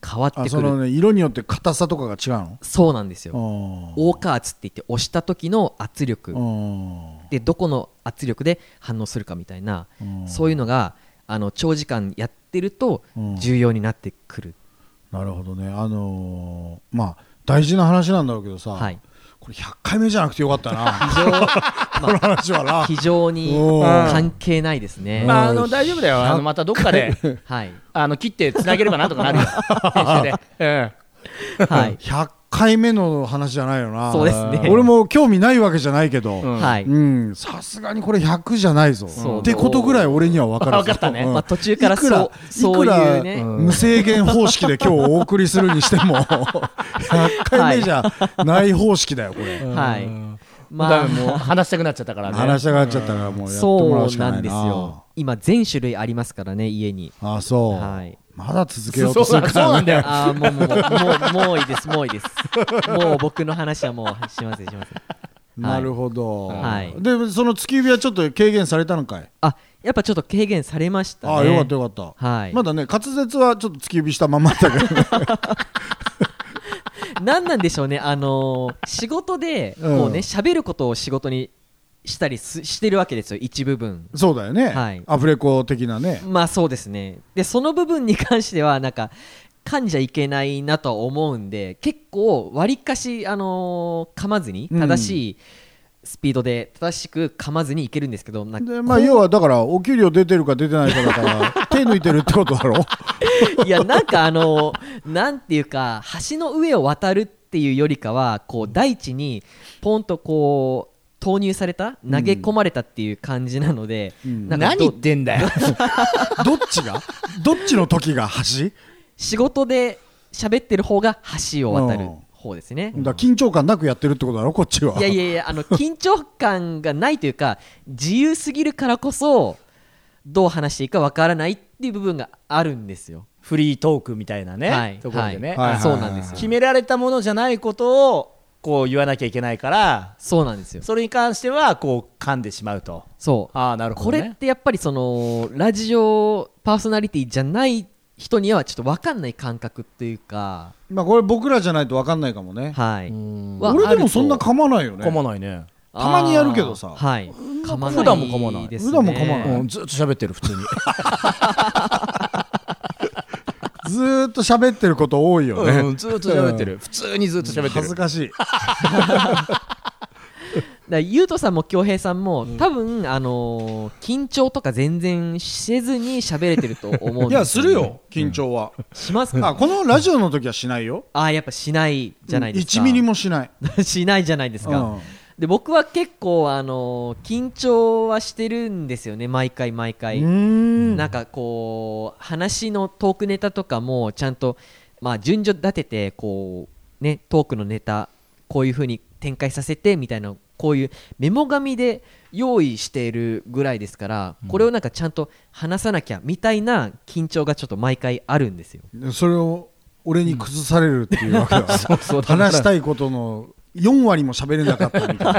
変わってくあるそのね色によって硬さとかが違うそうなんですよのオーカー圧って言って押した時の圧力うでどこの圧力で反応するかみたいな、んそういうのがあの長時間やってるとうん重要になってくる、なるほどねあのーまあ大事な話なんだろうけどさ、はいこれ100回目じゃなくてよかったな 非常ま この話はあな非常におー関係ないですね、まあ、あの大丈夫だよあのまたどっかではい、 あの切ってつなげればなんとかな るよ編集で、はい、 100回目の話じゃないよなそうですね 俺も興味ないわけじゃないけど、うんうんはい、うんさすがにこれ100じゃないぞそうってことぐらい俺には分かるぞ分かったねうんまあ、途中からいくらそういくらそういうね、無制限方式で今日お送りするにして も100回目じゃない方式だよこれ、はいままあ、あもう話したくなっちゃったからね話したがっちゃったからもうやってもらそううしかなないなんですよ今全種類ありますからね家 にあそう、はいまだ続けようとするからそうなんだよああもうもうもうもういいですもういいですもう僕の話はもうしませんしませんなるほど、はいでその月指はちょっと軽減されたのかい、あやっぱちょっと軽減されましたねああよかったよかった、はいまだね滑舌はちょっと月指したまんまだけ ど何なんでしょうね、あのー仕事でうんこうね喋ることを仕事にしたりすしてるわけですよ、一部分。そうだよね、はいアフレコ的なねまあそうですね。で、その部分に関しては、なんか、噛んじゃいけないなとは思うんで、結構、わりかし、あのー噛まずに、うん正しいスピードで、正しく噛まずにいけるんですけど、なんかでまあ要はだからお給料出てるか出てないかだから 手抜いてるってことだろ いや、なんかあのーなんていうか、橋の上を渡るっていうよりかは、こう、大地に、ポンとこう、投入された投げ込まれたっていう感じなので、んなんか何ど言ってんだよどっちがどっちの時が橋仕事で喋ってる方が橋を渡る方ですね。だから緊張感なくやってるってことだろこっちはいやいやいや、あの、緊張感がないというか、自由すぎるからこそ、どう話していいかわからないっていう部分があるんですよ。 フリートークみたいなね、はい。ところでね、はいはいはいそうなんです決よ。められたものじゃないことをこう言わなきゃいけないからそうなんですよ。それに関してはこう噛んでしまうとそう。ああなるほこど、ね、れってやっぱりその、ラジオパーソナリティじゃない人にはちょっとわかんない感覚っていうか、まあこれ僕らじゃないと分かんないかもねはい。は俺でもそんなあると噛まないよね噛まないね、たまにやるけどさあーはい。噛ま普段も噛まないですね普段も噛まないううん、ずっと喋ってる普通にずーっと喋ってること多いよね、うん、ずっと喋ってる普通にずっと喋って恥ずるかしいだからゆうとさんも恭平さんも、多分あのー緊張とか全然せずに喋れてると思うんですいやするよ緊張は、しますあかこのラジオの時はしないよあーやっぱしないじゃないですか1ミリもしない しないじゃないですか、うんで僕は結構あのー緊張はしてるんですよね毎回毎回なんかこう話のトークネタとかもちゃんと、まあ、順序立ててこう、ね、トークのネタこういう風に展開させてみたいなこういうメモ紙で用意しているぐらいですからこれをなんかちゃんと話さなきゃみたいな緊張がちょっと毎回あるんですよ。それを俺に崩されるっていうわけはそうそう話したいことの4割も喋れなかった みた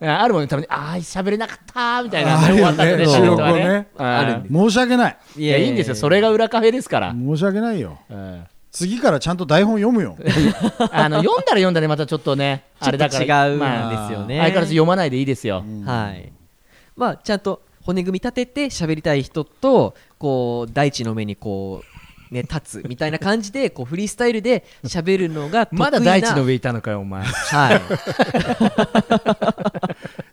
いなあるもんね、たまに、ああ、喋れなかったーみたいな、ある終わよねった後収録をねあるんで。申し訳ないいいや、いいんですよ、それが裏カフェですから。申し訳ないようん次からちゃんと台本読むよあの読んだら読んだで、また ちょっとね、あれだから、違うんまあですよね、相変わらず読まないでいいですよ。はいまあ、ちゃんと骨組み立てて喋りたい人とこう大地の目にこう、ね、立つみたいな感じでこうフリースタイルで喋るのが得意なまだ大地の上いたのかよ、お前。は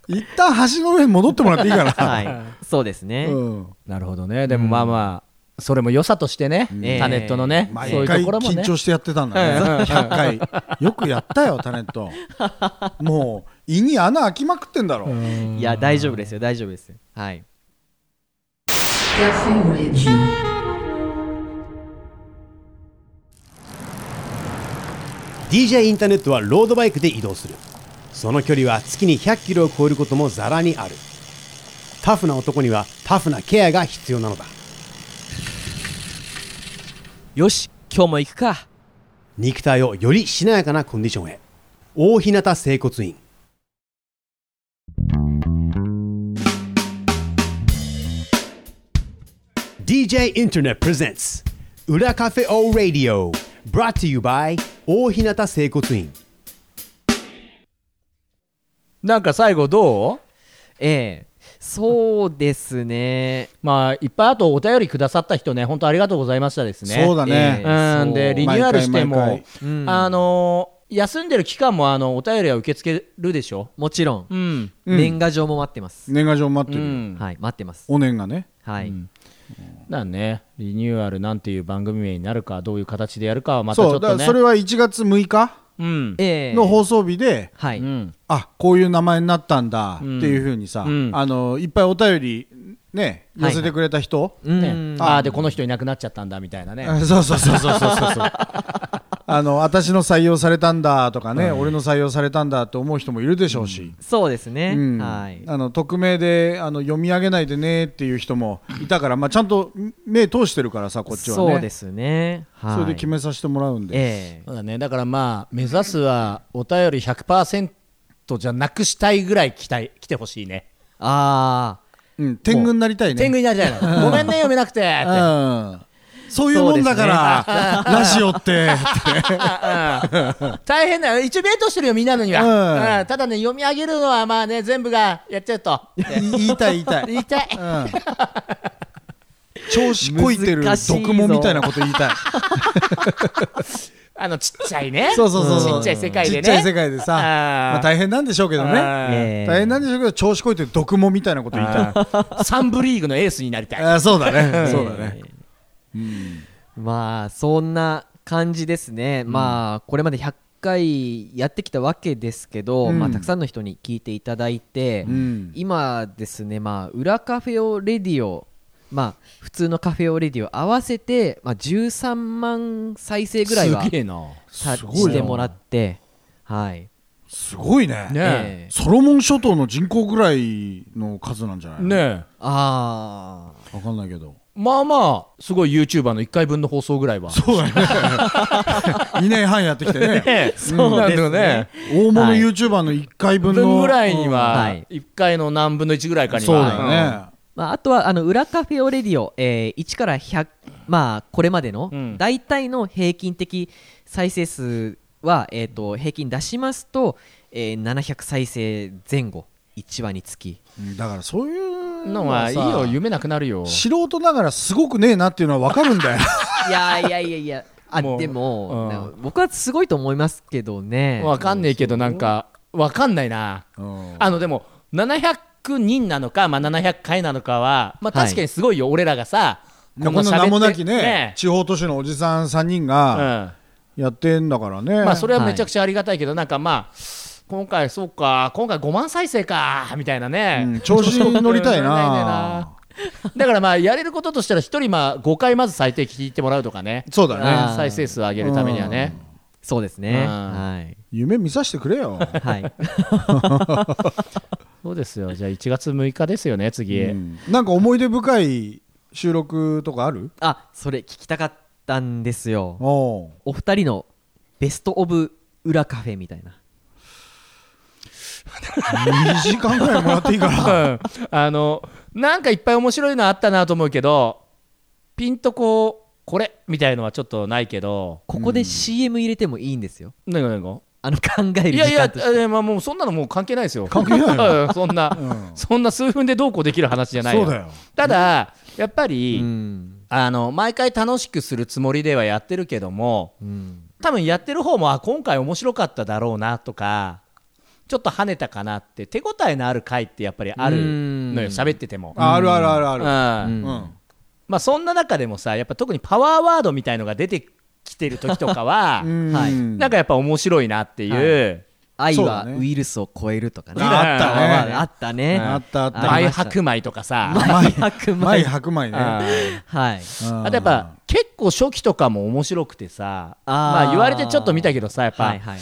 い、一旦橋の上に戻ってもらっていいかな、はい、 そうですね、うんなるほどね、でもまあまあ、それも良さとしてね、んタネットのね、毎そういう回ところもね緊。張してやってたん だね、100回、よくやったよ、タネッ ト、もう胃に穴開きまくってんだろ、いや大丈夫ですよ大丈夫ですよはい、 Café au lait de J. DJ インターネットはロードバイクで移動するその距離は月に100キロを超えることもざらにあるタフな男にはタフなケアが必要なのだよし今日も行くか肉体をよりしなやかなコンディションへ大日向整骨院「DJ インターネット presents 裏カフェオーラディオ」brought to you by 大日向整骨院なんか最後、どうええそうですねまあ、いっぱいあとお便りくださった人ね、本当ありがとうございましたですね。そうだね、ええうん、そで、うリニューアルしても毎回毎、うんあのー休んでる期間もあのお便りは受け付けるでしょ。もちろん、うん。うん年賀状も待ってます、年賀状待っうてるよ、ん。はい待ってますお年がね、はい、だね、リニューアルなんていう番組名になるか、どういう形でやるかはまたちそょう、っだかとらね。それは1月6日うん。ええの放送日で、はい、うん。あこういう名前になったんだっていうふうにさ、うんあの、いっぱいお便り、ね、はい寄せてくれた人、うんね、ああ、で、この人いなくなっちゃったんだみたいなね。あ そうそうそうそうそうそうあの私の採用されたんだとかね、俺の採用されたんだと思う人もいるでしょうし、そうですね、うんはいあの匿名であの読み上げないでねっていう人もいたから、まあ、ちゃんと目通してるからさこっちはねそうですねはいそれで決めさせてもらうんで、ええそうだね、だからまあ、目指すはお便り100%じゃなくしたいぐらい来たい来てほしいね。ああうん、天狗になりたいね天狗になりたい な。ごめんね、読めなくてって。うんそういうもんだから、 ラジオって大変だよ一応ベートしてるよみんなのには、うんうんただね読み上げるのはまあね全部がやっちゃうとって言いたい言いたい、言いたいうん、調子こいてる毒もみたいなこと言いたいあのちっちゃいね そうそうそうそうちっちゃい世界でねちっちゃい世界でさ、あーまあ、大変なんでしょうけどね、あーええ大変なんでしょうけど調子こいて毒もみたいなこと言いたいあサンブリーグのエースになりたいーそうだねそうだね、まあそんな感じですね、まあこれまで100回やってきたわけですけど、うんまあ、たくさんの人に聞いていただいて、うん今ですね、まあ、裏カフェオレディオ、まあ、普通のカフェオレディオ合わせて、まあ、13万再生ぐらいはすげえなねさすごいなしてもらって、はいすごいねえええソロモン諸島の人口ぐらいの数なんじゃないねえああ分かんないけどまあまあすごい YouTuber の1回分の放送ぐらいはそう だね2年半やってきてねねそうですね大物はい YouTuber の1回分の分ぐらいにうんははい1回の何分の1ぐらいかにはそうだよね、まあ、あとはあの裏カフェオレディオ、えー1から100、まあ、これまでのうん大体の平均的再生数は、えー、と平均出しますと、えー700再生前後1話につきうんだからそういううんのはいいさよ夢なくなるよ素人ながらすごくねえなっていうのは分かるんだ よいやいやいやいやあもうでも、う僕はすごいと思いますけどねわかんねえけどなんかわかんないなうんあのでも700人なのか、まあ、700回なのかは、まあ、はい確かにすごいよ、俺らがさこん喋なって名もなきね地方都市のおじさん3人うんがやってんだからね、まあ、それはめちゃくちゃありがたいけど、なんかまあ今回そうか今回5万再生かみたいなね、うん調子に乗りたい乗なりたいねだからまあやれることとしたら一人まあ5回まず最低聞いてもらうとかねそうだあねー再生数を上げるためにはね、そうですねうんはい夢見させてくれよ、はい、 そうですよじゃあ1月6日ですよね次、うんなんか思い出深い収録とかあるあそれ聞きたかっったんですよおうお二人のベスト・オブ・裏カフェみたいな2時間ぐらいもらっていいか らうんあのなんかいっぱい面白いのあったなと思うけどピンとこうこれみたいのはちょっとないけどここで CM 入れてもいいんですよ、何が何があの考えいるや時いや間としてえーまあ、もうそんなのもう関係ないですよ関係ないうん そんな、そんな数分でどうこうできる話じゃないそようだよただやっぱり、うんあの毎回楽しくするつもりではやってるけどもうん多分やってる方もあ今回面白かっただろうなとかちょっと跳ねたかなって手応えのある回ってやっぱりあるのようん喋ってても。ああるあるあるあるううんんうんまあ、そんな中でもさやっぱ特にパワーワードみたいのが出てきてる時と かは、うんはいなんかやっぱ面白いなっていう、愛そうはだねウイルスを超えるとかねああったねまあまああったね、うんあったあったあり前ました白米とかさ、前白前米白米ねうんはいうんあとやっぱ結構初期とかも面白くてさあーまあ、言われてちょっと見たけどさやっぱ、はいはい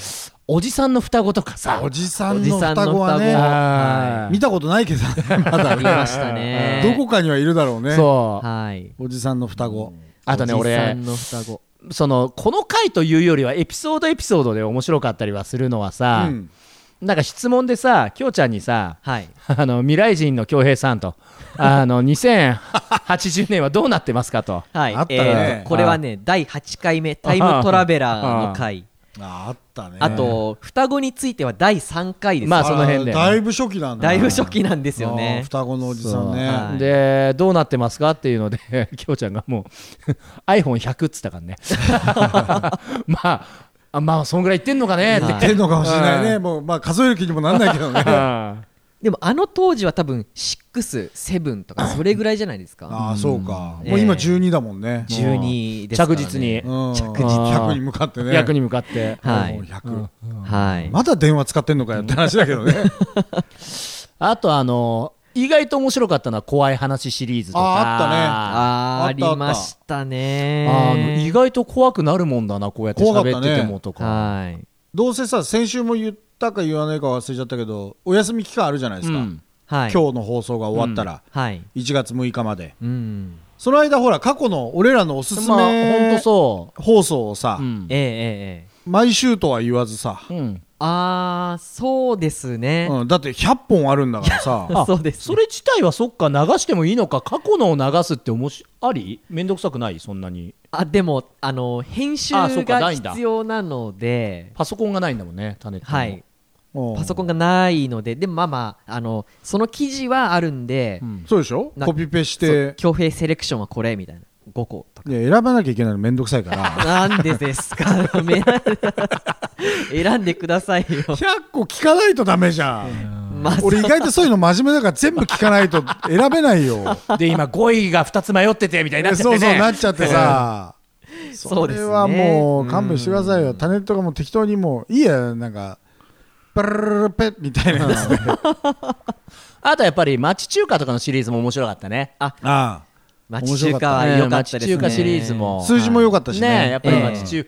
おじさんの双子とかさおじさおんじのさんの双双子子はねあー見たことないけどまだありましたね どこかにはいるだろうねそうはいおじさんの双子あとねおじさ俺んの双子そのこの回というよりはエピソードエピソードで面白かったりはするのはさ、うんなんか質問でさきょうちゃんにさはいあの未来人の恭平 さんとあの2080年はどうなってますかとはいあったねえーとこれはね第8回目タイムトラベラーの回ああったねあと双子については第3回ですまあその辺であーだいぶ初期なんだだいぶ初期なんですよあーね双子のおじさんそうねはいでどうなってますかっていうので きょうちゃんがもう iPhone100 っつったから ねまああまあそんぐらいいってんのかねってま言あってんのかもしれないねうんもうまあ数える気にもなんないけどねあでもあの当時は多分67とかそれぐらいじゃないですかあーそうかうんもう今ええ12だもんね12ですからね着実にうん着実100に向 かってね役に向かってはいもう100はいまだ電話使ってんのかよって話だけどねあとあの意外と面白かったのは怖い話シリーズとかあーあああったあったりましたあねの意外と怖くなるもんだなこうやって怖かっ喋たっねててもとかはいどうせさ先週も言ったか言わないか忘れちゃったけどお休み期間あるじゃないですかう今んはい日の放送が終わったらはい1月6日までうんその間ほら過去の俺らのおすすまあ本め当そ放送をさう、うんええええええ毎週とは言わずさうんああそうですねうんだって100本あるんだから さあそうですねそれ自体はそっか流してもいいのか過去のを流すっておもしありめんどくさくないそんなにあでもあの編集あそうかがないんだ必要なのでパソコンがないんだもんねタネットのはいパパソコンがないのででもまあまああのその記事はあるんでうんそうでしょなコピペしそうて強兵セレクションはこれみたいな5個とかいや選ばなきゃいけないのめんどくさい からなんでですか め選んでくださいよ100個聞かないとダメじゃんまあ俺意外とそういうの真面目だから全部聞かないと選べな いよで今5位が2つ迷っててみたいになっちゃっそうてねそうなっちゃっ てさそうですねこれはもう勘弁してくださいよタネットがもう適当にもういいやなんかパラララペッみたいなやつねあとやっぱり町中華とかのシリーズも面白かったねあ町中華はうん良かったですね町中華シリーズもあ 数字も良かったしねやねっぱりええ町中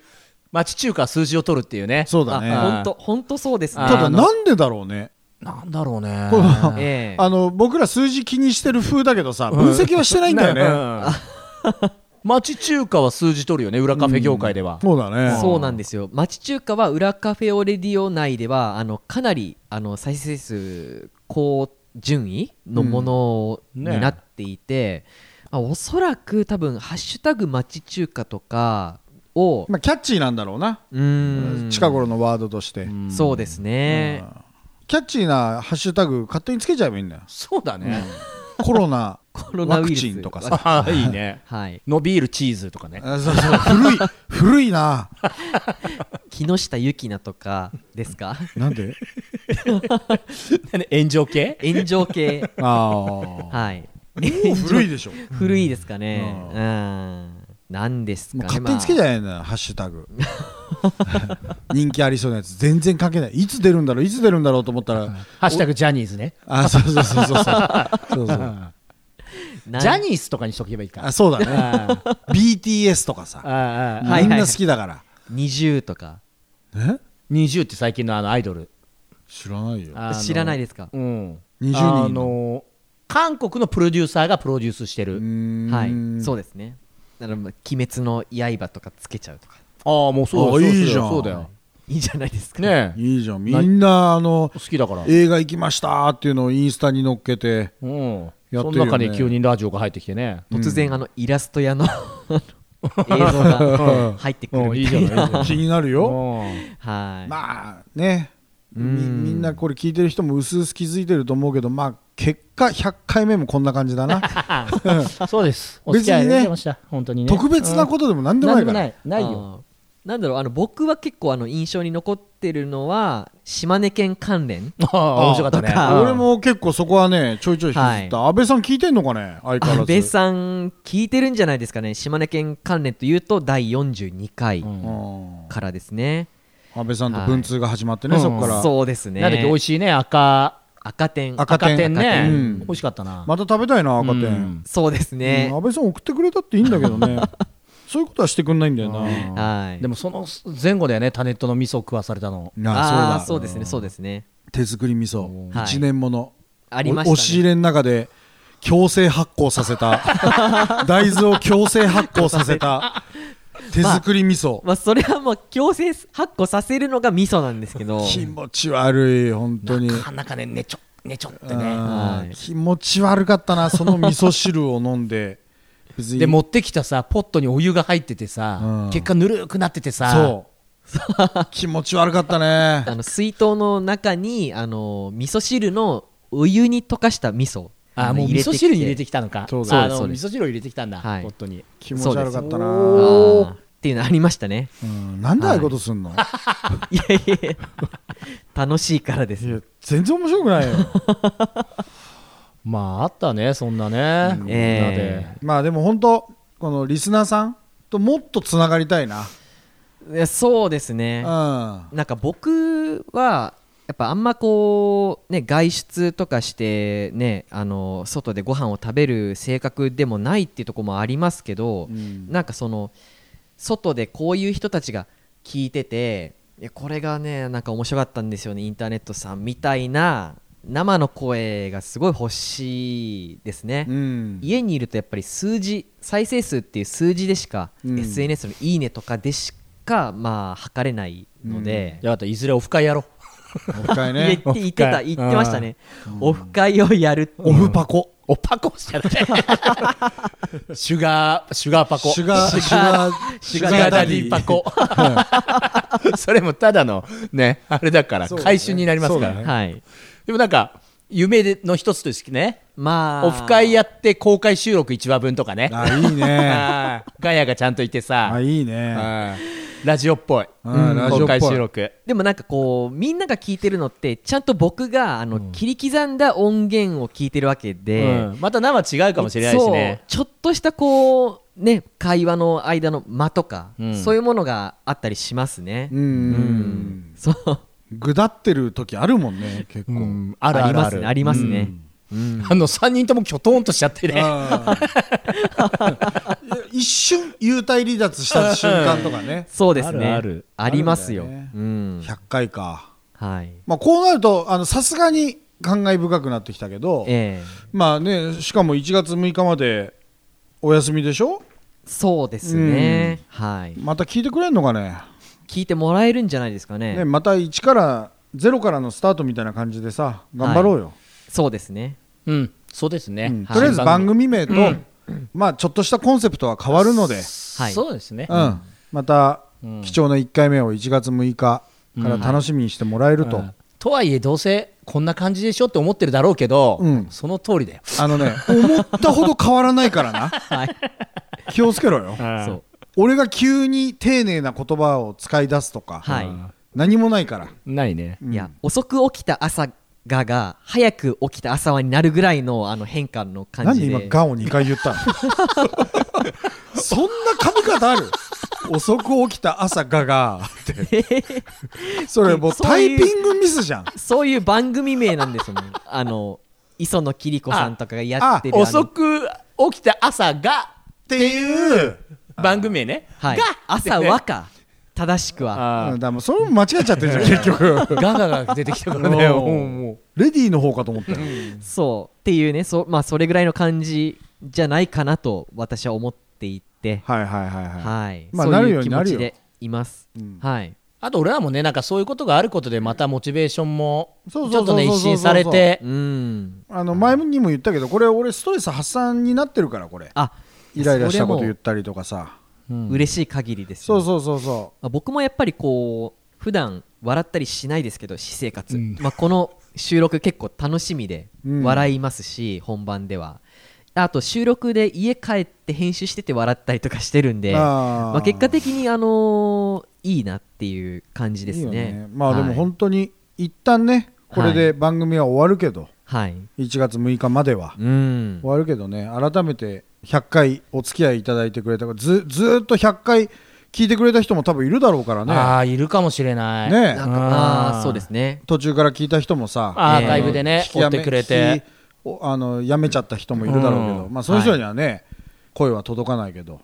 町中華は数字を取るっていうねそうだあね本当本当そうですねただあのなんでだろうねなんだろうねこのええあの僕ら数字気にしてる風だけどさ分析はしてないんだよね、ね町中華は数字取るよね裏カフェ業界ではそうだねそうなんですよ町中華は裏カフェオレディオ内ではあのかなりあの再生数高順位のものうんにねなっていて、あおそらく多分「ハッシュタグ町中華」とかを、まあ、キャッチーなんだろうな、うーん近頃のワードとして、そうですね、キャッチーなハッシュタグ勝手につけちゃえばいいんだよそうだねコロナコロナウイルスワクチンとかさああいいねはい、のビールチーズと かねあそうそう古い古いな木下ゆきなとかです かなんで炎上系炎上系ああはい古いでしょ古いですかねうんなんですかもねう勝手につけちまあゃえばいいんだよハッシュタグ人気ありそうなやつ全然関係ないいつ出るんだろういつ出るんだろうと思ったらハッシュタグジャニーズねあそうそうそうそうそうそうそうなんジャニーズとかにしとけばいいかあそうだね BTS とかさあはいはいみんな好きだから、 20とかえ20って最近のあのアイドル知らないよあの知らないですかうん20人あの韓国のプロデューサーがプロデュースしてるははいそうですねならまあ鬼滅の刃とかつけちゃうとかああもうそうあだよいいじゃんそうだよいいじゃないですか、ねえいいじゃんみんなあの好きだから映画行きましたっていうのをインスタに載っけてうんやってるよねその中に急にラジオが入ってきてね突然あのイラスト屋 の映像が入ってくるみたいな、うんいいじゃないいいじゃない気になるうよんはい、まあねみうんみんなこれ聞いてる人も薄々気づいてると思うけどまあ結果100回目もこんな感じ だなそうですお 別付にき合いねいただきました本当にね特別なことでも何でもななんいでもかならいないよあーなんだろうあの僕は結構あの印象に残ってるのは島根県関連ああ面白かったねあー俺も結構そこはねちょいちょい引きずった安倍さん聞いてんのかね相変わら安ず倍さん聞いてるんじゃないですかね島根県関連というと第42回うんからですね、安倍さんと文通が始まってねはいそこからそうですねなんだっけ美味しいね赤赤点赤赤点点ねうん美味しかったなまた食べたいな赤う点んそうですねうん、安倍さん送ってくれたっていいんだけ どねそういうことはしてくんないんだよなうんはいでもその前後だよねタネットの味噌を食わされたのなあーそうですねそうですね手作り味噌はい1年ものありましたねお押し入れの中で強制発酵させ た大豆を強制発酵させた手作り味噌まあそれはもう強制発酵させるのが味噌なんですけ ど気持ち悪い本当になかなかねねちょねちょってうねんはい気持ち悪かったなその味噌汁を飲んで別にで持ってきたさポットにお湯が入っててさ、うん結果ぬるくなっててさそう気持ち悪かった ねあの水筒の中にあの味噌汁のお湯に溶かした味噌あのもう入味れて噌きて汁に入れてきたのかそうだあそのう味です噌汁を入れてきたんだ、はいポットに気持ち悪かったなあうーっていうのありましたねんなんでああいうことす んのいやいやいや楽しいからですいや全然面白くないよまああったねそんなね、みんなでえまあでも本当このリスナーさんともっとつながりたいな、いやそうですねうんなんか僕はやっぱあんまこうね外出とかしてねあの外でご飯を食べる性格でもないっていうところもありますけど、うんなんかその外でこういう人たちが聞いてていやこれがねなんか面白かったんですよねインターネットさんみたいな生の声がすごい欲しいですね、 うん家にいるとやっぱり数字再生数っていう数字でしか、うん SNS の「いいね」とかでしかまあ測れないので、よかったいずれオフ会やろもう一回言っねて言ってたオフ会言ってましたね、オフ会をやるっていうオフパコオパコじゃない シュガーシュガーパコシュガーシュガーシュガーダディパコそれもただのねあれだからそうだね回収になりますから、そうだねはいでもなんか夢の一つとしてねまあオフ会やって公開収録1話分とかねあいい ねあーガヤがちゃんといてさあいいねうんラジオっぽいうんラジオっぽい公開収録でもなんかこうみんなが聞いてるのってちゃんと僕があの、切り刻んだ音源を聞いてるわけで、うんまた生違うかもしれないしねそうちょっとしたこうね会話の間の間とか、うんそういうものがあったりしますね、うんうんそうぐだってる時あるもんね結構、うんあるありるまあすねるありますね、あの3人ともきょとんとしちゃってねあーいや 一瞬幽体離脱した瞬間とかねそうですねあるああるりますよあるんだよねうん100回か、はいまあ、こうなるとあのさすがに感慨深くなってきたけど、ええまあねしかも1月6日までお休みでしょそうですね、はいまた聞いてくれんのかね聞いてもらえるんじゃないですかねねまた1から0からのスタートみたいな感じでさ頑張ろうよ、そうですねうんそうですねうんはといりあえず番組名と、まあ、ちょっとしたコンセプトは変わるので、はいそうですねうん、また貴重な1回目を1月6日から楽しみにしてもらえると、うんとはいえどうせこんな感じでしょって思ってるだろうけどうんその通りだよあのね思ったほど変わらないからなはい気をつけろよそう俺が急に丁寧な言葉を使い出すとか、はい何もないからないねいや遅く起きた朝がが早く起きた朝はになるぐらいのあの変化の感何じでで今ガンを2回 言ったのそんな髪型ある遅く起きた朝ガガー ってそれもうタイピングミスじゃんそういう番組名なんです もんあの磯野桐子さんとかがやってるあの遅く起きた朝がっていう番組名ねはいが、朝はか正しくはうんあだからもうそれも間違えちゃってるじ ゃん結局ーガガが出てきたから ねおーうんもうレディーの方かと思ったよそうっていうねそ,、まあ、それぐらいの感じじゃないかなと私は思っていてて、はいはいはいはい、はい、まあそうなるいようう気にな持るちよでいます。うんはい、あと俺らもねなんかそういうことがあることでまたモチベーションもちそょうっそうそうとそねうそう一新されてうん、あの前にも言ったけどこれ俺ストレス発散になってるからこれあ、イライラしたことそれ言っもたりとかさ嬉しい限りです、そうそうそうそまあ僕もやっぱりこう普段笑ったりしないですけど私生活、うんまあ、この収録結構楽しみでうん笑いますし、本番ではあと収録で家帰って編集してて笑ったりとかしてるんう、であーまあ、結果的にあのーいいなっていう感じですねいいよまあではもい本当に一旦ねこれで番組は終わるけど、はい、 1月6日まではうん終わるけどね改めて100回お付き合いいただいてくれたからずずーっと100回聞いてくれた人も多分いるだろうからあねあいるかもしれないねなんかあーそうですね途中から聞いた人もさアーカイブでね聞き追やっめてくれ聞てきおあのやめちゃった人もいるだろうけど、うまあ、そういう人にはね、声は届かないけど、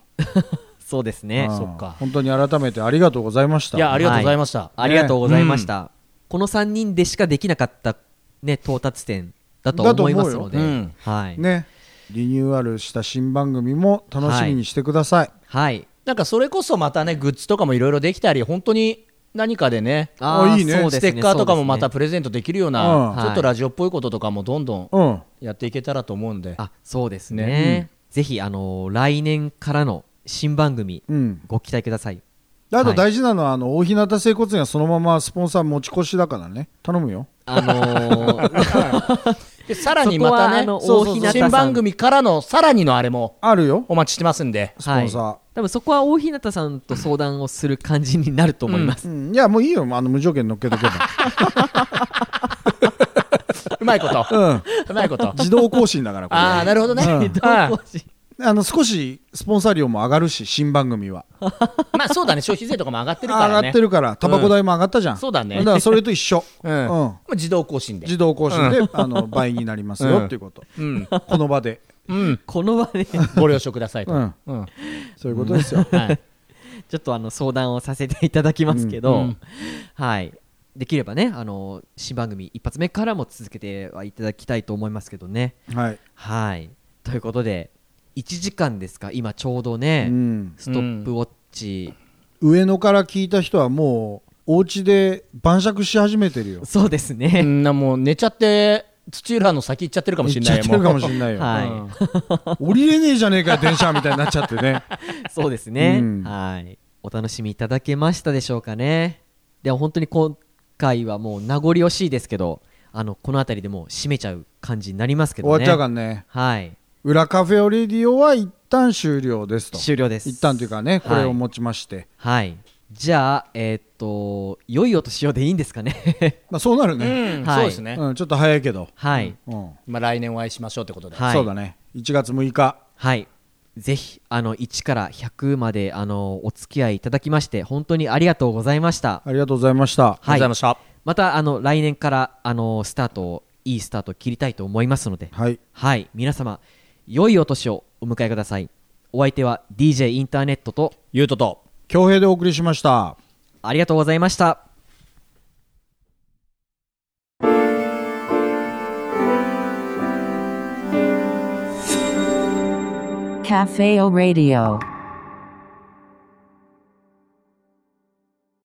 そうですねうんそっか本当に改めてありがとうございましたいやありがとうございましたありがとうございました、この3人でしかできなかった、ね、到達点だとはだと思思ういよますので、うんはい、ねリニューアルした新番組も楽しみにしてください、はいなんかそれこそまたねグッズとかもいろいろできたり本当に何かでねああいいねそうでスすねテッカーとかもまそたうプレゼントできるような、うんちょっとラジオっぽいこととかもどんどんうんやっていけたらと思うんでですねあそうですねねぜひあのー来年からの新番組うん、ご期待くださいであと大事なのは、あの大日向整骨院はそのままスポンサー持ち越しだからね頼むよあのー でさらにまたねそこはあのそうそう大日向そうさん新番組からのさらにのあれもあるよお待ちしてますんでスポンサー、はい、多分そこは大日向さんと相談をする感じになると思います、うん、いやもういいよあの無条件乗っけとけばうまいこと、 ううんまいこと自動更新だからこれああなるほどね、うんはいどうしあの少しスポンサー料も上がるし新番組はまあそうだね消費税とかも上がってるからね上がってるからタバコ代も上がったじゃん、そうだねからそれと一緒、う、うんまん、あ自動更新で自動更新で、あの倍になりますよっていうこと、うんこの場で、うんこの場でちご了承くださいと、うん、うんそういうことですよ、はい、 ょっとあの相談をさせていただきますけど、うんうんはいできればねあのー新番組一発目からも続けてはいただきたいと思いますけどねはい、はいということで1時間ですか今ちょうどね、うん、ストップウォッチ、上野から聞いた人はもうお家で晩酌し始めてるよそうですうね、んなもう寝ちゃって土浦の先行っちゃってるかもしれない行っちゃってるかもしいんないよ、はい、降りれねえじゃねえかよ電車みたいになっちゃってね そうですね、うんはいお楽しみいただけましたでしょうかねでは本当に今回はもう名残惜しいですけどあのこの辺りでもう締めちゃう感じになりますけ終どねわっちゃうからねはい裏カフェオレディオは一旦終了ですと終了です一旦というかねこれはをいもちまして、はいじゃあえーっと良いお年をでいいんですかね まあそうなるうね、んはいそうですね、うんちょっと早いけど、はい、うんまあ、来年お会いしましょうってことで、はいそうだね1月6日はい。ぜひ、あの、1から100まで、あの、お付き合いいただきまして、本当にありがとうございました。ありがとうございましたありがとうございましまた、あの、来年から、あの、スタートを、いいスタートを切りたいと思いますので、はいはい。皆様、良いお年をお迎えください。お相手は DJ インターネットと、たゆうとと恭平でお送りしましたありがとうございました。 Cafe O Radio.